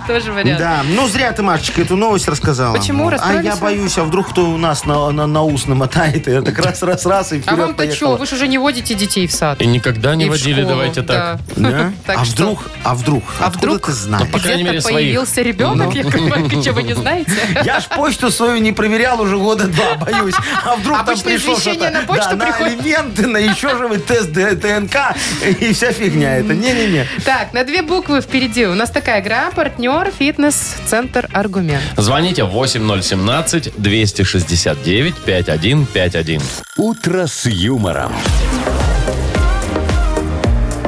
Speaker 3: Тоже вариант.
Speaker 4: Да, ну зря ты, Машечка, эту новость рассказала.
Speaker 3: Почему?
Speaker 4: А
Speaker 3: Расстроились
Speaker 4: я
Speaker 3: вы?
Speaker 4: боюсь, а вдруг кто у нас на, на, на ус намотает, и я так раз-раз-раз и
Speaker 3: А
Speaker 4: вперед
Speaker 3: вам-то
Speaker 4: поехала.
Speaker 3: что, вы же уже не водите детей в сад.
Speaker 2: И никогда не
Speaker 3: И в
Speaker 2: водили,
Speaker 3: школу,
Speaker 2: давайте так. Ну,
Speaker 3: да.
Speaker 4: Да?
Speaker 3: Так
Speaker 4: а
Speaker 3: что?
Speaker 4: вдруг, а вдруг,
Speaker 3: А
Speaker 4: откуда
Speaker 3: вдруг?
Speaker 4: ты знаешь? Ну.
Speaker 2: по крайней мере,
Speaker 3: Где-то
Speaker 2: своих.
Speaker 3: появился ребенок, Яков Маркович, а вы не знаете?
Speaker 4: Я ж почту свою не проверял уже года два, боюсь. А вдруг там
Speaker 3: Обычно
Speaker 4: пришло
Speaker 3: извещение
Speaker 4: что-то.
Speaker 3: на почту
Speaker 4: Да, на
Speaker 3: приходит.
Speaker 4: элементы, на еще же вы тест Д- ДНК и вся фигня это. Не-не-не.
Speaker 3: Так, на две буквы впереди. У нас такая игра. Партнер, фитнес-центр, аргумент.
Speaker 2: Звоните 8017-269-5151.
Speaker 1: «Утро с юмором».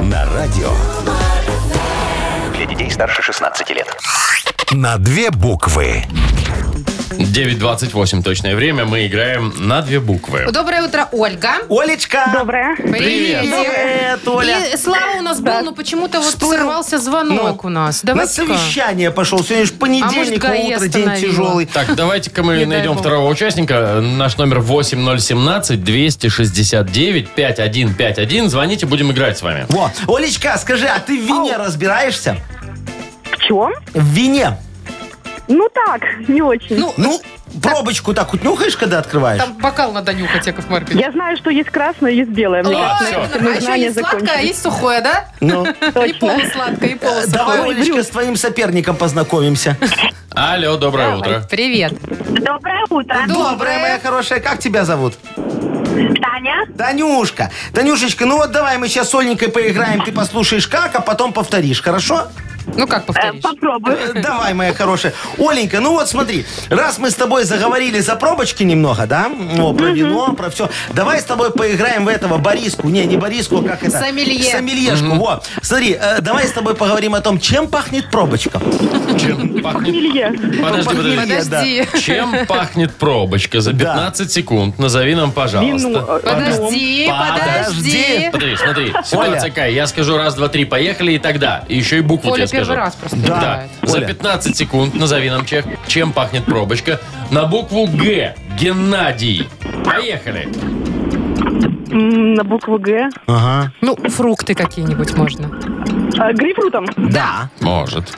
Speaker 1: На радио.
Speaker 5: Для детей старше 16 лет.
Speaker 1: На две буквы.
Speaker 2: 9.28 точное время. Мы играем на две буквы.
Speaker 3: Доброе утро, Ольга.
Speaker 4: Олечка!
Speaker 6: Доброе.
Speaker 2: Привет.
Speaker 4: Привет, Оля!
Speaker 3: И Слава у нас был, но почему-то вот
Speaker 4: Всплыл.
Speaker 3: сорвался звонок
Speaker 4: Ну,
Speaker 3: у нас.
Speaker 4: На
Speaker 3: Давайте
Speaker 4: совещание пошел. Сегодня же понедельник,
Speaker 3: А может, ГАИ
Speaker 4: утро, день
Speaker 3: остановила?
Speaker 4: тяжелый.
Speaker 2: Так, давайте-ка
Speaker 3: Не
Speaker 2: мы
Speaker 3: дай
Speaker 2: найдем
Speaker 3: бог.
Speaker 2: второго участника. Наш номер 8017-269-5151. Звоните, будем играть с вами.
Speaker 4: Во. Олечка, скажи, а ты в вине разбираешься?
Speaker 6: В чем?
Speaker 4: В вине?
Speaker 6: Ну так, не очень.
Speaker 3: Ну,
Speaker 4: Ну, пробочку так вот нюхаешь, когда открываешь?
Speaker 3: там бокал надо нюхать, Яков Маркович.
Speaker 6: Я знаю, что есть красное, есть белое. Мне
Speaker 2: А,
Speaker 6: кажется,
Speaker 2: всё.
Speaker 6: на этом
Speaker 3: А
Speaker 6: мои
Speaker 3: еще
Speaker 6: знания
Speaker 3: есть сладкое, а
Speaker 6: закончились.
Speaker 3: есть сухое, да?
Speaker 4: Ну.
Speaker 3: И
Speaker 6: Точно.
Speaker 3: полусладкое, и
Speaker 4: Э, Давай,
Speaker 3: полусухое.
Speaker 4: Олечка, с твоим соперником познакомимся.
Speaker 2: Алло, доброе утро.
Speaker 3: Привет.
Speaker 6: Доброе утро.
Speaker 4: Доброе, моя хорошая, как тебя зовут?
Speaker 6: Таня. э,
Speaker 4: Танюшка. Танюшечка, ну вот давай мы сейчас с Оленькой поиграем. Ты послушаешь как, а потом повторишь, хорошо?
Speaker 3: Ну как повторишь?
Speaker 6: попробуй.
Speaker 4: Э, Давай, моя хорошая. Оленька, ну вот смотри, раз мы с тобой заговорили за пробочки немного, да? О, про вино, про все. Давай с тобой поиграем в этого Бориску. Не, не Бориску, а как это?
Speaker 3: Сомелье.
Speaker 4: Сомельешку, вот. Смотри, э, давай с тобой поговорим о том, чем пахнет пробочка.
Speaker 2: Чем пахнет...
Speaker 6: Илья.
Speaker 2: Подожди, подожди.
Speaker 4: Похмелье, да.
Speaker 3: Подожди.
Speaker 2: Чем пахнет пробочка за
Speaker 4: Да.
Speaker 2: 15 секунд? Назови нам, пожалуйста.
Speaker 6: Вино.
Speaker 3: Подожди,
Speaker 4: Подожди.
Speaker 3: подожди.
Speaker 2: Смотри, смотри, ситуация
Speaker 4: Оля.
Speaker 2: какая. Я скажу раз, два, три, поехали и тогда. И еще и букву
Speaker 3: Оля
Speaker 2: тебе скажу.
Speaker 3: первый раз просто
Speaker 2: Да.
Speaker 3: играет.
Speaker 2: За
Speaker 4: Оля.
Speaker 2: 15 секунд назови нам чех, чем пахнет пробочка. На букву Г. Геннадий. Поехали.
Speaker 6: М, На букву Г.
Speaker 4: Ага.
Speaker 3: Ну, фрукты какие-нибудь можно.
Speaker 6: А, Грейпфрутом.
Speaker 4: Да.
Speaker 2: Может.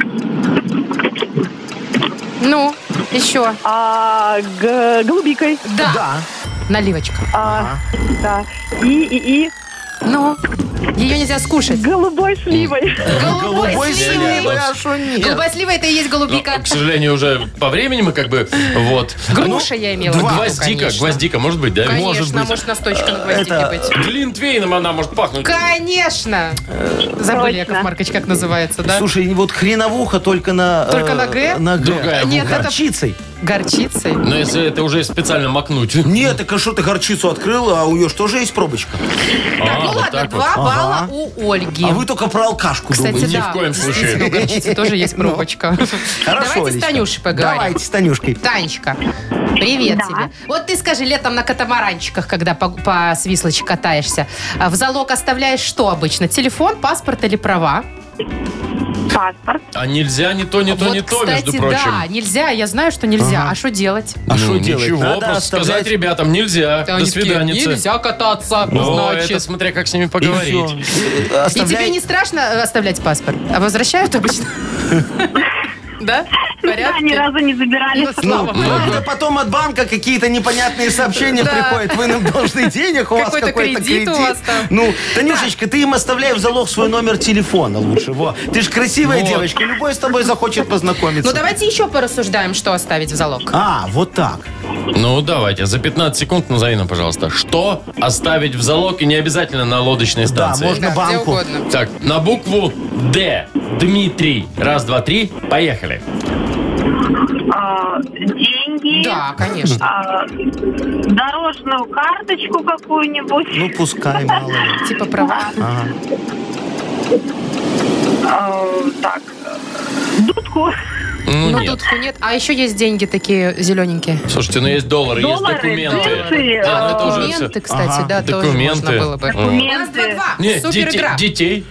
Speaker 3: Ну, еще.
Speaker 6: А, г- голубикой.
Speaker 3: Да.
Speaker 4: Да.
Speaker 3: Наливочка.
Speaker 6: А, да. И, и, и.
Speaker 3: Ну, ее нельзя скушать.
Speaker 6: Голубой сливой.
Speaker 4: Голубой сливой, а шо нет?
Speaker 3: Голубая слива это и есть
Speaker 2: Ну,
Speaker 3: голубика.
Speaker 2: к сожалению, уже по времени мы как бы вот.
Speaker 3: Груша я имела в виду,
Speaker 2: Ну, Два. Гвоздика,
Speaker 3: конечно.
Speaker 2: гвоздика, может быть, да?
Speaker 3: Конечно,
Speaker 2: Может быть.
Speaker 3: может настойка на гвоздике
Speaker 4: Это-
Speaker 3: быть.
Speaker 2: Глинтвейном она может пахнуть.
Speaker 3: Конечно! Забыли, Яков Маркович, как называется, да?
Speaker 4: Слушай, вот хреновуха только на... э,
Speaker 3: Только на «Г»?
Speaker 4: На «Г».
Speaker 2: Другая
Speaker 3: Нет, это-
Speaker 4: Горчицей.
Speaker 3: Горчицей.
Speaker 2: Но если это уже специально макнуть.
Speaker 4: Нет, так а что ты горчицу открыл, а у нее же тоже есть пробочка.
Speaker 2: А,
Speaker 3: Так, ну
Speaker 2: вот
Speaker 3: ладно,
Speaker 2: так вот.
Speaker 3: два балла
Speaker 4: Ага.
Speaker 3: у Ольги.
Speaker 4: А вы только про алкашку
Speaker 3: Кстати,
Speaker 4: думаете.
Speaker 2: ни
Speaker 3: да,
Speaker 2: в коем
Speaker 3: действительно,
Speaker 2: случае.
Speaker 3: у горчицы тоже есть пробочка.
Speaker 4: Хорошо,
Speaker 3: Давайте с
Speaker 4: Олечка.
Speaker 3: Танюшей поговорим.
Speaker 4: Давайте с Танюшкой.
Speaker 3: Танечка, привет тебе. Вот ты скажи, летом на катамаранчиках, когда по, по Свислочи катаешься, а в залог оставляешь что обычно? Телефон, паспорт или права?
Speaker 6: Паспорт.
Speaker 2: А нельзя ни то, ни то,
Speaker 3: вот,
Speaker 2: ни то,
Speaker 3: кстати,
Speaker 2: между
Speaker 3: да,
Speaker 2: прочим.
Speaker 3: нельзя, я знаю, что нельзя. А что делать?
Speaker 4: А что
Speaker 2: Ну,
Speaker 4: делать?
Speaker 2: Ничего,
Speaker 4: Надо
Speaker 2: просто
Speaker 4: оставлять-
Speaker 2: сказать ребятам, нельзя.
Speaker 3: Они
Speaker 2: До
Speaker 3: такие,
Speaker 2: свидания.
Speaker 3: Нельзя кататься,
Speaker 2: Ну,
Speaker 3: значит.
Speaker 2: это смотря как с ними поговорить.
Speaker 4: Э,
Speaker 3: И тебе
Speaker 4: оставляй-
Speaker 3: не страшно э, оставлять паспорт? А возвращают обычно? Да? В порядке?
Speaker 6: разу не забирали.
Speaker 3: Ну,
Speaker 4: Ну,
Speaker 3: слава богу.
Speaker 4: правда, потом от банка какие-то непонятные сообщения
Speaker 3: Да.
Speaker 4: приходят. Вы нам должны денег, у вас
Speaker 3: Какой-то
Speaker 4: какой-то
Speaker 3: кредит
Speaker 4: кредит.
Speaker 3: у вас там.
Speaker 4: Ну, Танюшечка, ты им оставляй в залог свой номер телефона лучше. Во. Ты же красивая
Speaker 2: Вот.
Speaker 4: девочка, любой с тобой захочет познакомиться.
Speaker 3: Ну, давайте еще порассуждаем, что оставить в залог.
Speaker 4: А, вот так.
Speaker 2: Ну, давайте, за 15 секунд назови нам, пожалуйста, что оставить в залог и не обязательно на лодочной
Speaker 4: Да,
Speaker 2: станции.
Speaker 4: можно
Speaker 3: Да, где
Speaker 4: банку.
Speaker 3: угодно.
Speaker 2: Так, на букву Д. Дмитрий. Раз, два, три. Поехали.
Speaker 6: А, деньги.
Speaker 3: Да,
Speaker 6: А,
Speaker 3: конечно.
Speaker 6: дорожную карточку какую-нибудь.
Speaker 4: Ну, пускай, мало ли.
Speaker 3: Типа права.
Speaker 4: Ага.
Speaker 6: так. Дудку.
Speaker 2: Ну,
Speaker 3: Ну,
Speaker 2: нет.
Speaker 3: тут нет. А еще есть деньги такие зелененькие.
Speaker 2: Слушайте, ну есть доллары, есть
Speaker 6: Доллары,
Speaker 2: документы.
Speaker 6: центы,
Speaker 2: Да, ну это уже всё.
Speaker 3: Документы, кстати, да, тоже
Speaker 2: Документы.
Speaker 3: можно было бы.
Speaker 2: Документы.
Speaker 3: У нас 2-2.
Speaker 2: Нет,
Speaker 3: Супер
Speaker 2: дете-
Speaker 3: игра.
Speaker 2: детей.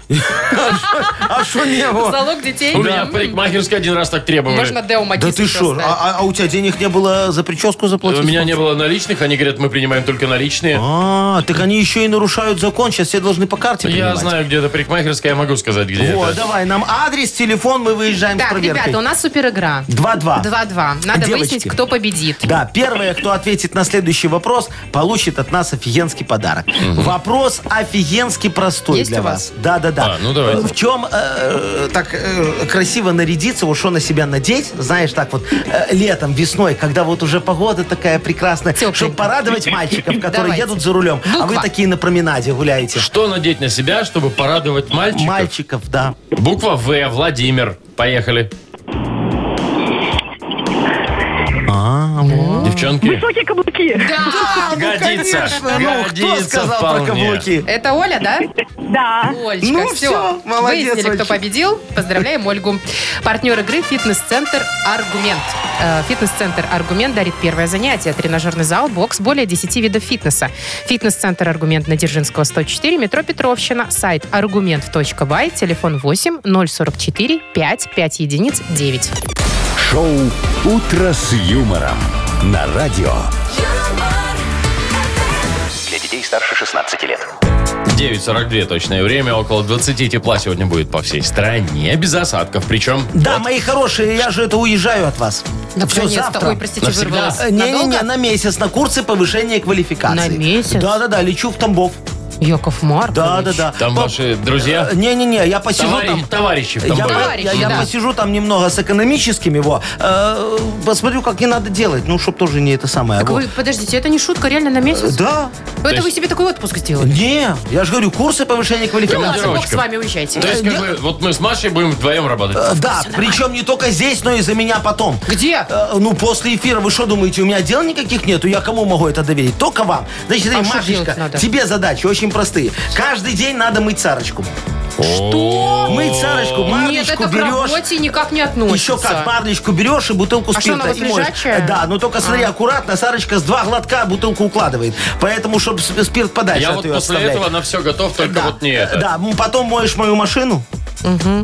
Speaker 4: А что не во?
Speaker 3: Залог детей.
Speaker 2: У меня в
Speaker 3: М,
Speaker 2: парикмахерской один раз так требовали.
Speaker 3: Можно Део
Speaker 4: Да ты что? А, а- а у тебя денег не было за прическу заплатить?
Speaker 2: У меня не было наличных, они говорят, мы принимаем только наличные.
Speaker 4: А, так они еще и нарушают закон. Сейчас все должны по карте
Speaker 2: Я
Speaker 4: принимать.
Speaker 2: знаю, где это парикмахерская, я могу сказать, где
Speaker 4: Во,
Speaker 2: это.
Speaker 4: давай, нам адрес, телефон, мы выезжаем с
Speaker 3: Так,
Speaker 4: проверкой.
Speaker 3: ребята, у нас супер игра.
Speaker 4: 2-2.
Speaker 3: 2-2. Надо
Speaker 4: Девочки.
Speaker 3: выяснить, кто победит.
Speaker 4: Да, первое, кто ответит на следующий вопрос, получит от нас офигенский подарок. Вопрос офигенски простой
Speaker 3: Есть
Speaker 4: для
Speaker 3: у вас?
Speaker 4: вас. Да, да, да.
Speaker 2: А, ну давай.
Speaker 4: В чем э, так э, красиво нарядиться, вот что на себя надеть, знаешь, так вот э, летом, весной, когда вот уже погода такая прекрасная,
Speaker 3: Тепленько.
Speaker 4: чтобы порадовать мальчиков, которые
Speaker 3: Давайте.
Speaker 4: едут за рулем, а вы
Speaker 3: Буква.
Speaker 4: такие на променаде гуляете.
Speaker 2: Что надеть на себя, чтобы порадовать мальчиков?
Speaker 4: Мальчиков, да.
Speaker 2: Буква В, Владимир. Поехали.
Speaker 4: А, вот.
Speaker 2: девчонки?
Speaker 6: Высокие каблуки.
Speaker 3: Да!
Speaker 2: Годится.
Speaker 4: Ну, кто
Speaker 2: Годится
Speaker 4: сказал
Speaker 2: вполне.
Speaker 4: про каблуки?
Speaker 3: Это Оля, да?
Speaker 6: Да.
Speaker 3: Олечка,
Speaker 4: Ну
Speaker 3: все.
Speaker 4: всё, молодец,
Speaker 3: Выяснили, кто
Speaker 4: Олечка.
Speaker 3: победил. Поздравляем Ольгу. Партнер игры «Фитнес-центр Аргумент». Э, Фитнес-центр «Аргумент» дарит первое занятие. Тренажерный зал, бокс, более 10 видов фитнеса. Фитнес-центр «Аргумент» на Дзержинского, 104, метро Петровщина. Сайт аргумент.бай, телефон 8 044 5 5 единиц 9.
Speaker 1: Шоу «Утро с юмором» на радио.
Speaker 5: Для детей старше 16 лет.
Speaker 2: 9.42 точное время, около 20 тепла сегодня будет по всей стране, без осадков. Причем
Speaker 4: Да, мои хорошие, я же это уезжаю от вас. Всё,
Speaker 3: Наконец-то.
Speaker 4: завтра.
Speaker 3: Ой, простите,
Speaker 2: Навсегда.
Speaker 3: вырвалась.
Speaker 4: Э, Не-не-не,
Speaker 3: Надолго?
Speaker 4: на месяц, на курсы повышения квалификации.
Speaker 3: На месяц?
Speaker 4: Да-да-да, лечу в Тамбов.
Speaker 3: Яков Маркович.
Speaker 4: Да-да-да. Э,
Speaker 2: там ваши друзья,
Speaker 4: Не-не-не, я посижу
Speaker 2: товари-
Speaker 4: там...
Speaker 2: товарищи в
Speaker 4: Я,
Speaker 2: Тамбове.
Speaker 4: по- я- я
Speaker 3: да.
Speaker 4: посижу там немного с экономическими, во. Э, посмотрю, как не надо делать, ну, чтоб тоже не это самое.
Speaker 3: Так
Speaker 4: во.
Speaker 3: вы, подождите, это не шутка, реально на
Speaker 4: Э,
Speaker 3: месяц?
Speaker 4: Да.
Speaker 3: Это вы себе такой отпуск сделали?
Speaker 4: Не, я же говорю, курсы повышения
Speaker 3: Ну ладно,
Speaker 4: квалификации.
Speaker 3: бог с вами, уезжайте.
Speaker 2: То есть, как бы, вот мы с Машей будем вдвоем работать.
Speaker 4: Э, Да, причем не только здесь, но и за меня потом.
Speaker 3: Где?
Speaker 4: Э, Ну, после эфира, вы что думаете, у меня дел никаких нету? Я кому могу это доверить? Только вам. Значит, смотри,
Speaker 3: А что делать
Speaker 4: Машечка,
Speaker 3: надо?
Speaker 4: тебе задачи очень простые. Каждый день надо мыть царочку.
Speaker 2: Что?
Speaker 4: Мыть царочку,
Speaker 3: Нет,
Speaker 4: марлечку
Speaker 3: это к
Speaker 4: берешь.
Speaker 3: работе никак не относится.
Speaker 4: Еще как, марлечку берешь и бутылку
Speaker 3: А что, она А.
Speaker 4: спирта.
Speaker 3: у
Speaker 4: и
Speaker 3: вас
Speaker 4: моешь.
Speaker 3: лежачая?
Speaker 4: Да, но только смотри, аккуратно, Сарочка с два глотка бутылку укладывает. Поэтому, чтобы спирт подальше
Speaker 2: Я
Speaker 4: от
Speaker 2: вот
Speaker 4: ее
Speaker 2: после
Speaker 4: отставляет.
Speaker 2: этого на все готов, только
Speaker 4: Да.
Speaker 2: вот не это.
Speaker 4: Да, м, потом моешь мою машину.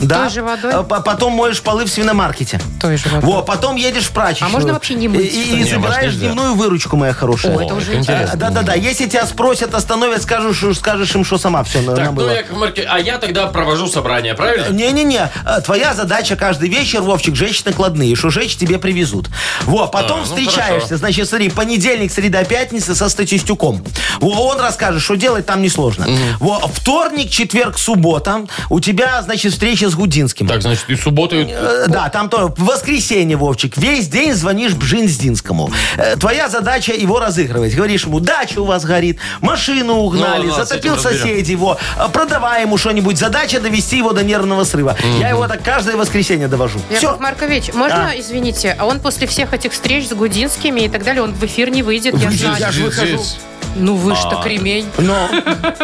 Speaker 4: Да.
Speaker 3: Той же водой?
Speaker 4: Э, по- Потом моешь полы в свиномаркете.
Speaker 3: Той же водой.
Speaker 4: Во, потом едешь в прачечную.
Speaker 3: А можно вообще не мыть,
Speaker 4: И- И,
Speaker 3: что
Speaker 4: и
Speaker 3: ли?
Speaker 2: Не, может,
Speaker 4: забираешь
Speaker 2: нельзя.
Speaker 4: дневную выручку, моя хорошая.
Speaker 3: Ой, это уже
Speaker 2: это интересно.
Speaker 4: Да, да, да. Если тебя спросят, остановят, скажешь, что- скажешь им, что сама все
Speaker 2: Так, ну,
Speaker 4: намыла.
Speaker 2: Яков Марки, а я тогда провожу собрание, правильно?
Speaker 4: Не-не-не, э, твоя задача каждый вечер, Вовчик, жечь накладные, что жечь тебе привезут. Во, потом
Speaker 2: А, ну
Speaker 4: встречаешься,
Speaker 2: хорошо.
Speaker 4: значит, смотри, понедельник, среда, пятница со статистюком. Во, он расскажет, что делать там несложно. Во, вторник, четверг, суббота у тебя, значит, встреча с Гудинским.
Speaker 2: Так, значит, и субботу... и-
Speaker 4: Э, Да, там тоже. В воскресенье, Вовчик, весь день звонишь Бжинздинскому. Э, Твоя задача его разыгрывать. Говоришь ему, дача у вас горит, машину угнали,
Speaker 2: Ну, ладно, с этим
Speaker 4: затопил
Speaker 2: разберем.
Speaker 4: соседей его, э, продавай ему что-нибудь. Задача довести его до нервного срыва. Я его так каждое воскресенье довожу.
Speaker 3: Яков
Speaker 4: Все.
Speaker 3: Маркович, можно,
Speaker 4: А.
Speaker 3: извините, а он после всех этих встреч с Гудинскими и так далее, он в эфир не выйдет, я
Speaker 4: Выйдет,
Speaker 3: знаю.
Speaker 4: я ж выхожу.
Speaker 2: Здесь.
Speaker 3: Ну вы ж
Speaker 2: А.
Speaker 3: так ремень.
Speaker 4: Но,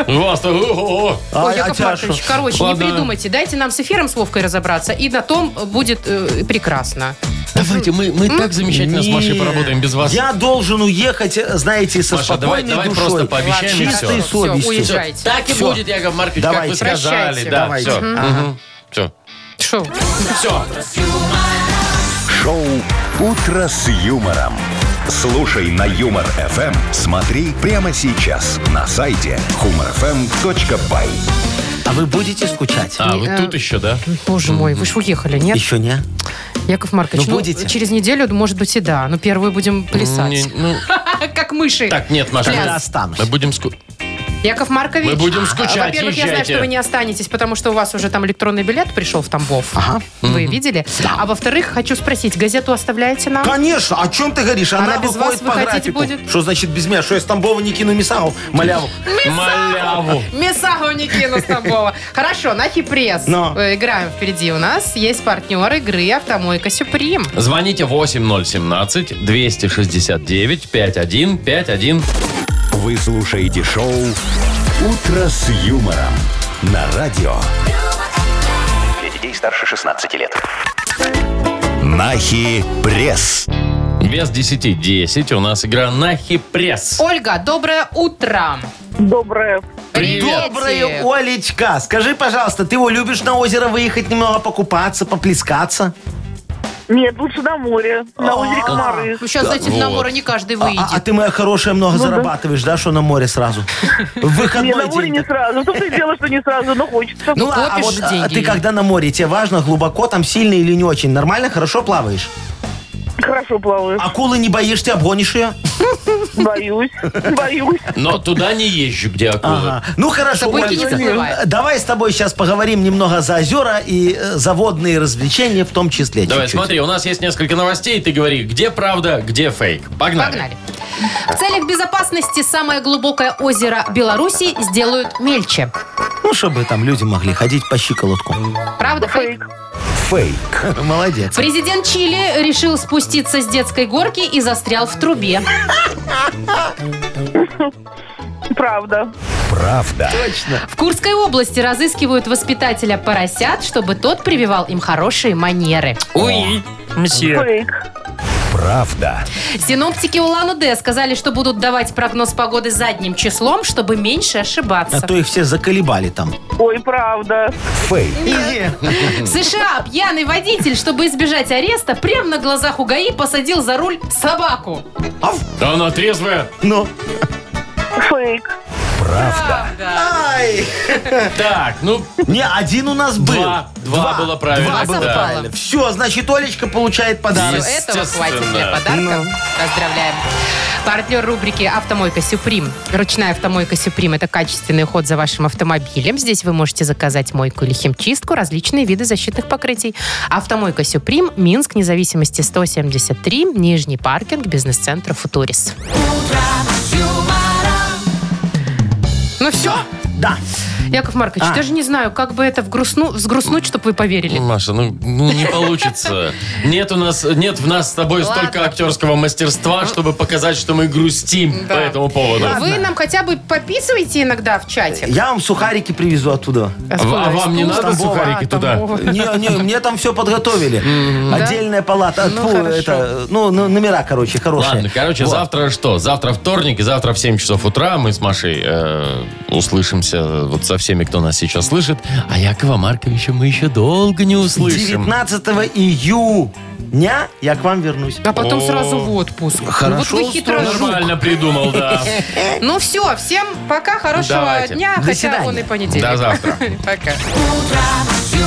Speaker 2: У Ну, вас-то... о-о-о.
Speaker 4: а,
Speaker 3: Ой,
Speaker 4: а
Speaker 3: Яков
Speaker 4: тебя
Speaker 3: Маркович,
Speaker 4: что?
Speaker 3: короче,
Speaker 2: Ладно.
Speaker 3: не придумайте. Дайте нам с эфиром с Вовкой разобраться, и на том будет э, прекрасно.
Speaker 2: Давайте, мы, мы так замечательно с Машей
Speaker 4: Не.
Speaker 2: поработаем без вас.
Speaker 4: Я должен уехать, э, знаете, со
Speaker 2: Маша, давай-
Speaker 4: спокойной
Speaker 2: давай
Speaker 4: душой.
Speaker 2: просто пообещаем,
Speaker 3: и
Speaker 4: чистой
Speaker 3: всё. Всё,
Speaker 4: совестью.
Speaker 3: уезжай.
Speaker 2: Так и
Speaker 4: Всё.
Speaker 2: будет, Яков Маркович, как вы
Speaker 4: Давайте.
Speaker 2: сказали.
Speaker 3: Прощайте.
Speaker 2: Да,
Speaker 4: Давайте.
Speaker 2: все. Мгм. Все.
Speaker 3: Шо?
Speaker 2: Все.
Speaker 1: Шоу «Утро с юмором». Слушай на Юмор ФМ. Смотри прямо сейчас на сайте humorfm.by.
Speaker 4: А вы будете скучать?
Speaker 2: А, вы
Speaker 3: э,
Speaker 2: тут еще, да?
Speaker 3: Боже мой, вы ж уехали, нет?
Speaker 4: Еще не?
Speaker 3: Яков Маркович,
Speaker 4: Ну,
Speaker 3: ну,
Speaker 4: будете.
Speaker 3: через неделю, может быть, и да. Но первую будем
Speaker 2: Не,
Speaker 3: плясать.
Speaker 2: ну,
Speaker 3: Как мыши.
Speaker 2: так, нет, Маша.
Speaker 3: Пляс.
Speaker 4: Тогда
Speaker 2: мы-
Speaker 4: останусь.
Speaker 2: Мы будем ску-
Speaker 3: Яков Маркович.
Speaker 2: Мы будем скучать,
Speaker 3: а, Во-первых, я знаю,
Speaker 2: езжайте.
Speaker 3: что вы не останетесь, потому что у вас уже там электронный билет пришел в Тамбов. Ага. Вы видели? А во-вторых, хочу спросить, газету оставляете нам?
Speaker 4: Конечно, о чем ты говоришь? Она,
Speaker 3: Она без вас
Speaker 4: выходит по
Speaker 3: выходить
Speaker 4: графику.
Speaker 3: будет?
Speaker 4: Что значит без меня? Что я с Тамбова не кину Мисау? Маляву.
Speaker 2: Маляву.
Speaker 3: Мясагу не кину с Тамбова. Хорошо, на пресс.
Speaker 4: Но.
Speaker 3: Э, Играем впереди у нас. Есть партнер игры «Автомойка Сюприм».
Speaker 2: Звоните 8017-269-5151.
Speaker 1: Вы слушаете шоу «Утро с юмором» на радио.
Speaker 5: Для детей старше 16 лет.
Speaker 1: Нахи пресс.
Speaker 2: Вес 10-10. У нас игра на хипресс.
Speaker 3: Ольга, доброе утро.
Speaker 6: Доброе.
Speaker 2: Привет.
Speaker 4: Доброе, Олечка. Скажи, пожалуйста, ты его любишь на озеро выехать немного покупаться, поплескаться?
Speaker 6: Нет, лучше на море. На озере Комары.
Speaker 3: Ну, сейчас, знаете,
Speaker 2: Вот.
Speaker 3: на море не каждый
Speaker 4: А,
Speaker 3: выйдет.
Speaker 4: а- а ты, моя хорошая, много зарабатываешь, да, что на море сразу? В
Speaker 6: Ну Не, на
Speaker 4: выходной
Speaker 6: море
Speaker 4: день.
Speaker 6: не сразу. Что ты дело, что не сразу, но хочется.
Speaker 3: Ну,
Speaker 4: а- а
Speaker 3: копишь
Speaker 4: вот а,
Speaker 3: деньги.
Speaker 4: ты когда на море, тебе важно, глубоко там сильно или не очень? Нормально, хорошо плаваешь?
Speaker 6: Хорошо плаваю.
Speaker 4: Акулы не боишься, обгонишь ее?
Speaker 6: Боюсь. Боюсь.
Speaker 2: Но туда не езжу, где акулы.
Speaker 4: Ага. Ну хорошо,
Speaker 3: Чтобы не
Speaker 4: Олечка,
Speaker 3: заплывает.
Speaker 4: давай с тобой сейчас поговорим немного за озера и э, за водные развлечения в том числе.
Speaker 2: Давай,
Speaker 4: чуть-чуть.
Speaker 2: смотри, у нас есть несколько новостей. Ты говори, где правда, где фейк. Погнали.
Speaker 3: Погнали. В целях безопасности самое глубокое озеро Беларуси сделают мельче.
Speaker 4: Ну, чтобы там люди могли ходить по щиколотку.
Speaker 3: Правда? Фейк.
Speaker 1: Фейк.
Speaker 4: Молодец.
Speaker 3: Президент Чили решил спуститься с детской горки и застрял в трубе.
Speaker 6: Правда.
Speaker 1: Правда.
Speaker 3: В Курской области разыскивают воспитателя поросят, чтобы тот прививал им хорошие манеры.
Speaker 9: Уи, мсье.
Speaker 6: Фейк.
Speaker 1: Правда.
Speaker 3: Синоптики Улан-Удэ сказали, что будут давать прогноз погоды задним числом, чтобы меньше
Speaker 4: А
Speaker 3: ошибаться.
Speaker 4: то их все заколебали там.
Speaker 6: Ой, правда.
Speaker 1: Фейк.
Speaker 3: В США пьяный водитель, чтобы избежать ареста, прямо на глазах у ГАИ посадил за руль собаку.
Speaker 2: Да она трезвая.
Speaker 4: Ну,
Speaker 6: Фейк.
Speaker 2: Так, ну,
Speaker 4: не, один у нас был.
Speaker 2: Два. Два было правильно,
Speaker 4: Два было
Speaker 3: да.
Speaker 4: правильно. Все, значит, Олечка получает подарок.
Speaker 2: Есть.
Speaker 3: Этого хватит для
Speaker 2: Естественно.
Speaker 3: подарка. Поздравляем. Партнер рубрики «Автомойка Сюприм». Ручная автомойка «Сюприм» — это качественный уход за вашим автомобилем. Здесь вы можете заказать мойку или химчистку, различные виды защитных покрытий. Автомойка «Сюприм», Минск, независимости 173, Нижний паркинг, бизнес-центр «Футурис». Ну все,
Speaker 4: Да.
Speaker 3: Яков Маркович,
Speaker 4: А.
Speaker 3: даже не знаю, как бы это вгрустну, взгрустнуть, чтобы вы поверили.
Speaker 2: Маша, ну, ну, не получится. Нет у нас, нет в нас с тобой
Speaker 3: Ладно. Ну.
Speaker 2: столько актерского мастерства, чтобы показать, что мы грустим
Speaker 3: Да.
Speaker 2: по этому поводу.
Speaker 3: Вы нам хотя бы пописывайте иногда в чате.
Speaker 4: Я вам сухарики привезу оттуда.
Speaker 2: А в- а вам не
Speaker 3: Из
Speaker 2: надо
Speaker 3: Тамбова?
Speaker 2: сухарики
Speaker 3: А,
Speaker 2: туда?
Speaker 3: Тамбова.
Speaker 4: Не, не, мне там все подготовили. Отдельная палата.
Speaker 3: Ну,
Speaker 4: Тьфу,
Speaker 3: хорошо.
Speaker 4: это, ну, ну, номера, короче, хорошие.
Speaker 2: Ладно, короче,
Speaker 4: Вот.
Speaker 2: завтра что? Завтра вторник, и завтра в 7 часов утра мы с Машей э, услышимся вот со всеми, кто нас сейчас слышит. А Якова Марковича мы еще долго не услышим.
Speaker 4: 19 июня я к вам вернусь.
Speaker 3: А потом
Speaker 2: О.
Speaker 3: сразу в отпуск.
Speaker 4: Хорошо
Speaker 3: Ну, вот вы хитро жук.
Speaker 2: Нормально придумал, да.
Speaker 3: Ну все, всем пока, хорошего
Speaker 2: Давайте.
Speaker 3: дня,
Speaker 4: До
Speaker 3: хотя
Speaker 4: свидания.
Speaker 3: он и понедельник.
Speaker 2: До завтра.
Speaker 3: Пока.
Speaker 8: Утро с